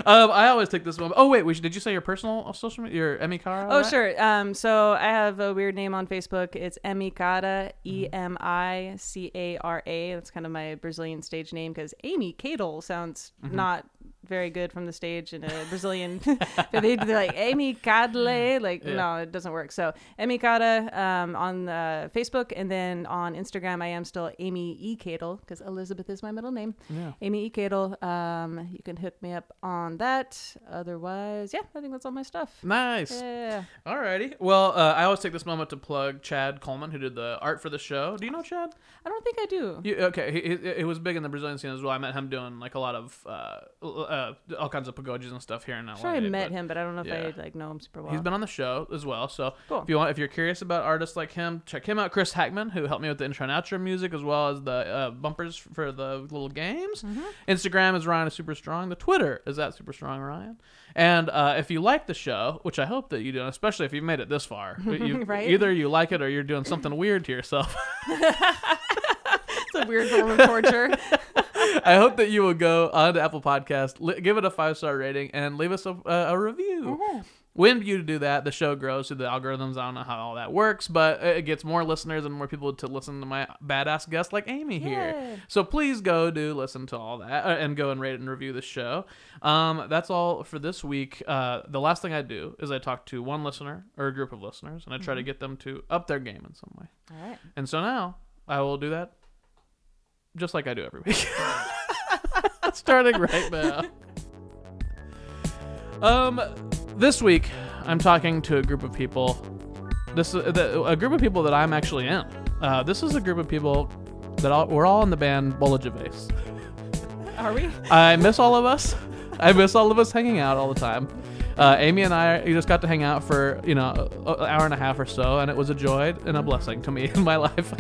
[SPEAKER 1] Um, I always take this one. Oh wait, we should, did you say your personal uh, social media? Your E Emmy Cara?
[SPEAKER 2] Oh, sure. Um, so I have a weird name on Facebook. It's Emicada, E M I C A R A. That's kind of my Brazilian stage name because Amy Cadel sounds not very good from the stage in a Brazilian. <laughs> they, they're like, Amy Cadle. Like,
[SPEAKER 1] Yeah.
[SPEAKER 2] no, it doesn't work. So, Emicada um, on uh, Facebook. And then on Instagram, I am still Amy E. Cadel because Elizabeth is my middle name.
[SPEAKER 1] Yeah.
[SPEAKER 2] Amy E. Cadel. Um, you can hook me up on that. Otherwise, yeah, I think that's all my stuff.
[SPEAKER 1] Nice.
[SPEAKER 2] Yeah.
[SPEAKER 1] Alrighty. Well, uh, I always take this moment to plug Chad Coleman, who did the art for the show. Do you know Chad?
[SPEAKER 2] I don't think I do.
[SPEAKER 1] You, okay, he, he, he was big in the Brazilian scene as well. I met him doing like a lot of uh, l- uh, all kinds of pagodas and stuff here in LA.
[SPEAKER 2] I'm sure I
[SPEAKER 1] but
[SPEAKER 2] met him, but I don't know if
[SPEAKER 1] yeah.
[SPEAKER 2] I like know him super well.
[SPEAKER 1] He's been on the show as well. So
[SPEAKER 2] Cool.
[SPEAKER 1] if you want, if you're curious about artists like him, check him out. Chris Hackman, who helped me with the intro and outro music as well as the uh, bumpers for the little games.
[SPEAKER 2] Mm-hmm.
[SPEAKER 1] Instagram is Ryan is super strong. The Twitter is at super strong Ryan. And uh, if you like the show, which I hope that you do, and especially if you've made it this
[SPEAKER 2] <laughs>
[SPEAKER 1] far, you,
[SPEAKER 2] Right?
[SPEAKER 1] either you like it or you're doing something weird to yourself. <laughs>
[SPEAKER 2] it's a weird form
[SPEAKER 1] <laughs>
[SPEAKER 2] of torture.
[SPEAKER 1] I hope that you will go on to Apple Podcast, li- give it a five star rating, and leave us a, uh, a, a review. When you do that, the show grows through the algorithms. I don't know how all that works, but it gets more listeners and more people to listen to my badass guests like Amy
[SPEAKER 2] Yeah.
[SPEAKER 1] here. So please go do listen to all that uh, and go and rate and review the show. Um, that's all for this week. Uh, the last thing I do is I talk to one listener or a group of listeners, and I try to get them to up their game in some way.
[SPEAKER 2] All right.
[SPEAKER 1] And so now I will do that just like I do every week. <laughs> Starting right now. Um, this week I'm talking to a group of people. This is the, a group of people that I'm actually in. Uh, this is a group of people that all, we're all in the band Bola Gervais. <laughs>
[SPEAKER 2] Are we?
[SPEAKER 1] I miss all of us. I miss all of us hanging out all the time. Uh, Amy and I we just got to hang out for you know a- an hour and a half or so, and it was a joy and a blessing to me <laughs> in my life.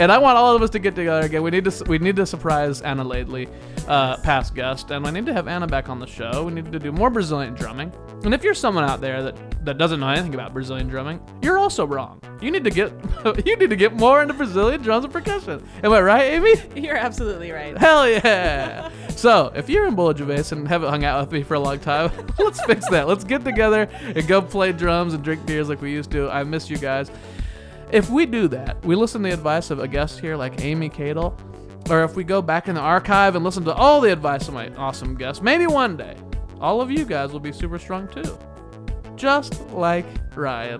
[SPEAKER 1] and I want all of us to get together again. We need to s- we need to surprise Anna Laidley, uh, past guest, and we need to have Anna back on the show. We need to do more Brazilian drumming. And if you're someone out there that that doesn't know anything about Brazilian drumming, you're also wrong. You need to get <laughs> you need to get more into Brazilian drums and percussion. Am I right, Amy?
[SPEAKER 2] You're absolutely
[SPEAKER 1] <laughs>
[SPEAKER 2] right.
[SPEAKER 1] Hell yeah! so, if you're in Bola Gervais and haven't hung out with me for a long time, <laughs> let's fix that. Let's get together and go play drums and drink beers like we used to. I miss you guys. If we do that, we listen to the advice of a guest here like Amy Cadle, or if we go back in the archive and listen to all the advice of my awesome guests, maybe one day all of you guys will be super strong too. Just like Ryan.